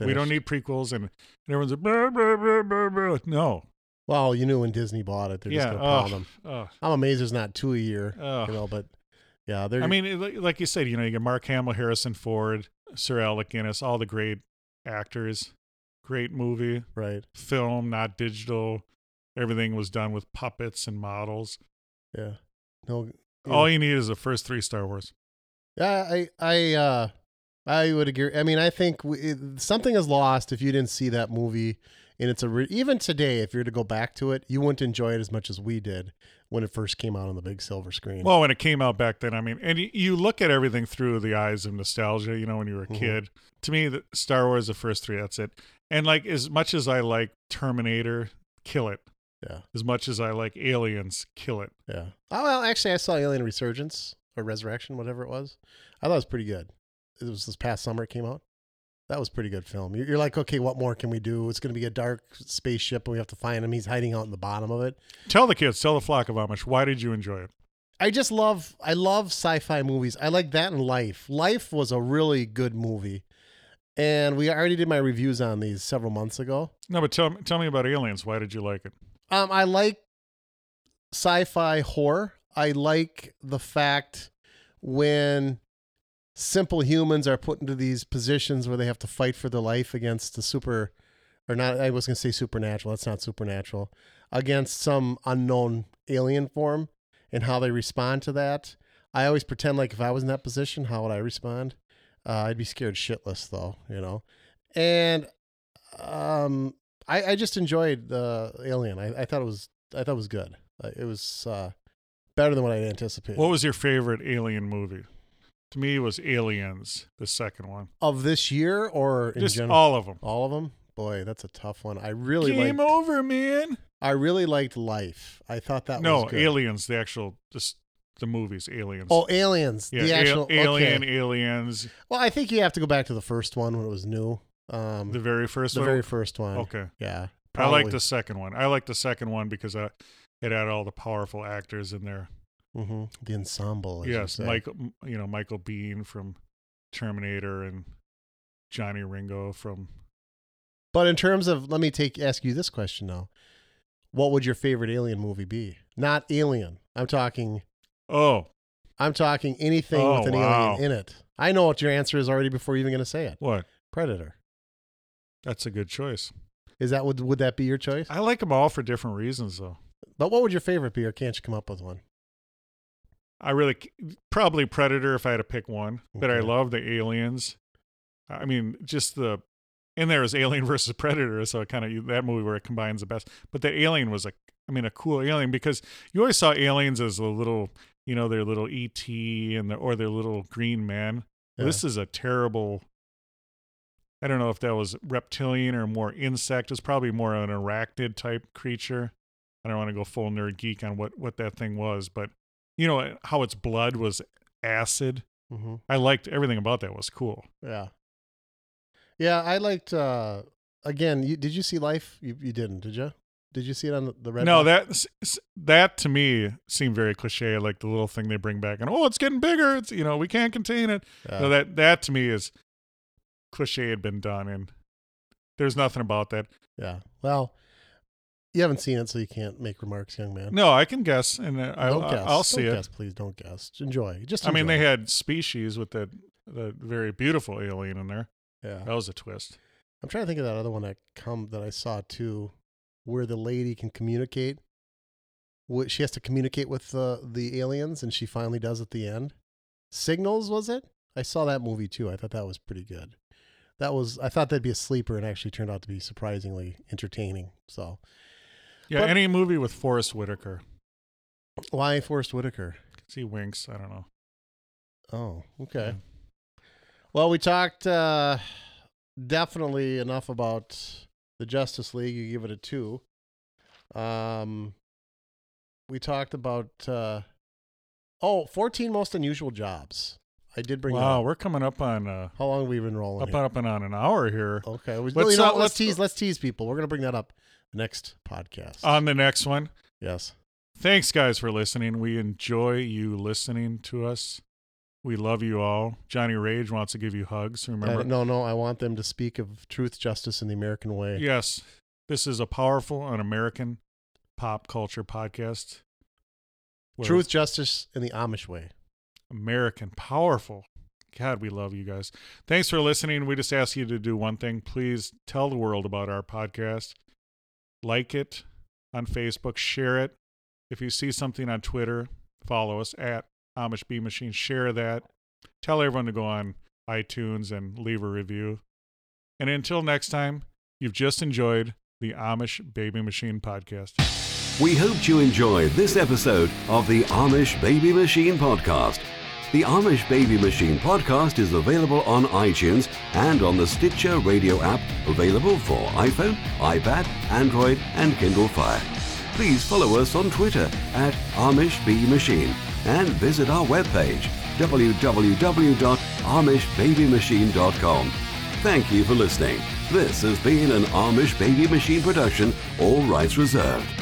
A: We don't
B: Finished.
A: need prequels, and, and everyone's like, "Blah, blah, blah, blah, blah." no.
B: Well, you knew when Disney bought it, they're just
A: yeah.
B: gonna pound
A: ugh,
B: them.
A: ugh.
B: I'm amazed there's not two a year.
A: Ugh.
B: You know, but yeah, they're.
A: I mean, it- like- like you said, you know, you get Mark Hamill, Harrison Ford, Sir Alec Guinness, all the great actors. Great movie,
B: right?
A: film, not digital. Everything was done with puppets and models.
B: Yeah. No. yeah.
A: All you need is the first three Star Wars.
B: yeah, I, I, uh, I would agree. I mean, I think we, it, something is lost if you didn't see that movie. And it's a re- even today, if you're to go back to it, you wouldn't enjoy it as much as we did when it first came out on the big silver screen.
A: Well, when it came out back then, I mean, and you, you look at everything through the eyes of nostalgia, you know, when you were a
B: Mhm.
A: kid. To me, the, Star Wars, the first three, that's it. And like, as much as I like Terminator, kill it.
B: yeah,
A: As much as I like Aliens, kill it.
B: yeah. Oh well, actually, I saw Alien Resurgence or Resurrection, whatever it was. I thought it was pretty good. It was this past summer it came out. That was a pretty good film. You're, you're like, okay, what more can we do? It's going to be a dark spaceship, and we have to find him. He's hiding out in the bottom of it.
A: Tell the kids, tell the flock of Amish, why did you enjoy it?
B: I just love I love sci-fi movies. I like that in Life. Life was a really good movie. And we already did my reviews on these several months ago.
A: No, but tell tell me about Aliens. Why did you like it?
B: Um I like sci-fi horror. I like the fact when simple humans are put into these positions where they have to fight for their life against the super or not I was going to say supernatural. That's not supernatural. Against some unknown alien form and how they respond to that. I always pretend like if I was in that position, how would I respond? Uh, I'd be scared shitless though, you know. And um I, I just enjoyed the Alien. I, I thought it was I thought it was good. Uh, It was uh, better than what I anticipated.
A: What was your favorite Alien movie? To me, it was Aliens, the second one.
B: of this year or in
A: Just
B: general?
A: all of them.
B: All of them. Boy, that's a tough one. I really
A: Game
B: liked.
A: over, man.
B: I really liked Life. I thought that
A: no,
B: was good.
A: Aliens, the actual, just the movies, Aliens.
B: Oh, Aliens.
A: yeah,
B: the
A: Al-
B: actual okay.
A: Alien, E-, Aliens,
B: Well, I think you have to go back to the first one when it was new. Um,
A: the
B: the,
A: very first one.
B: very first one.
A: okay.
B: Yeah.
A: I like
B: probably.
A: the second one. I like the second one because uh, it had all the powerful actors in there.
B: hmm The ensemble. as you
A: yes,
B: say.
A: Michael, m- you know Michael Bean from Terminator and Johnny Ringo from.
B: But in terms of, let me take ask you this question now: What would your favorite Alien movie be? Not Alien. I'm talking.
A: Oh
B: I'm talking anything
A: Oh,
B: with an
A: wow.
B: alien in it. I know what your answer is already before you're even going to say it.
A: what?
B: Predator.
A: That's a good choice.
B: Is that would would that be your choice?
A: I like them all for different reasons, though.
B: But what would your favorite be, or can't you come up with one?
A: I really c- probably Predator if I had to pick one, but I
B: Okay.
A: love the aliens. I mean, just the in there is Alien versus Predator, so it kind of that movie where it combines the best. But the alien was a, I mean, a cool alien because you always saw aliens as a little, you know, their little ET and the, or their little green man.
B: Yeah.
A: This is a terrible. I don't know if that was reptilian or more insect. It's probably more an arachnid type creature. I don't want to go full nerd geek on what what that thing was, but you know how its blood was acid.
B: Mm-hmm.
A: I liked everything about that was cool.
B: Yeah. Yeah, I liked. uh Again, you, did you see Life? You, you didn't, did you? Did you see it on the- the red?
A: no,
B: box?
A: that s- s- that to me seemed very cliche, like the little thing they bring back, and oh, it's getting bigger. It's you know we can't contain it.
B: Yeah.
A: No, that that to me is cliche had been done, and there's nothing about that.
B: Yeah. Well, you haven't seen it, so you can't make remarks, young man.
A: No, I can guess, and uh, I,
B: don't
A: I-
B: guess.
A: I'll see
B: Don't
A: it.
B: Guess, please don't guess. Enjoy. Just.
A: I mean,
B: enjoy.
A: they had species with that that very beautiful alien in there.
B: Yeah.
A: That was a twist.
B: I'm trying to think of that other one that come that I saw too, where the lady can communicate. What she has to communicate with the the aliens, and she finally does at the end. Signals was it? I saw that movie too. I thought that was pretty good. That was I thought that'd be a sleeper, and actually turned out to be surprisingly entertaining. So
A: Yeah,
B: But-
A: any movie with Forrest Whitaker.
B: why Forrest Whitaker?
A: See winks. I don't know.
B: Oh, okay. Well, we talked uh, definitely enough about the Justice League. You give it a two. Um, we talked about uh, oh, 14 most unusual jobs. I did bring.
A: wow,
B: That up.
A: we're coming up on uh,
B: How long have we been rolling?
A: up
B: here?
A: on up and on an hour here.
B: okay. We,
A: Let's
B: you know
A: not-
B: what?
A: let's-
B: let's
A: uh,
B: tease. Let's tease people. We're gonna bring that up next podcast.
A: On the next one.
B: yes.
A: Thanks, guys, for listening. We enjoy you listening to us. We love you all. Johnny Rage wants to give you hugs. Remember?
B: Uh, no, no. I want them to speak of truth, justice, and the American way.
A: Yes, this is a powerful and American pop culture podcast. Where
B: Truth, justice, and the Amish way.
A: American, powerful. God, we love you guys. Thanks for listening. We just ask you to do one thing. Please tell the world about our podcast. Like it on Facebook, share it. If you see something on Twitter, follow us at Amish Bee Machine. Share that. Tell everyone to go on iTunes and leave a review. And until next time, you've just enjoyed the Amish Baby Machine podcast.
D: We hoped you enjoyed this episode of the Amish Baby Machine Podcast. The Amish Baby Machine Podcast is available on iTunes and on the Stitcher radio app, available for iPhone, iPad, Android, and Kindle Fire. Please follow us on Twitter at Amish Bee Machine and visit our webpage, www.amishbabymachine.com. Thank you for listening. This has been an Amish Baby Machine production, all rights reserved.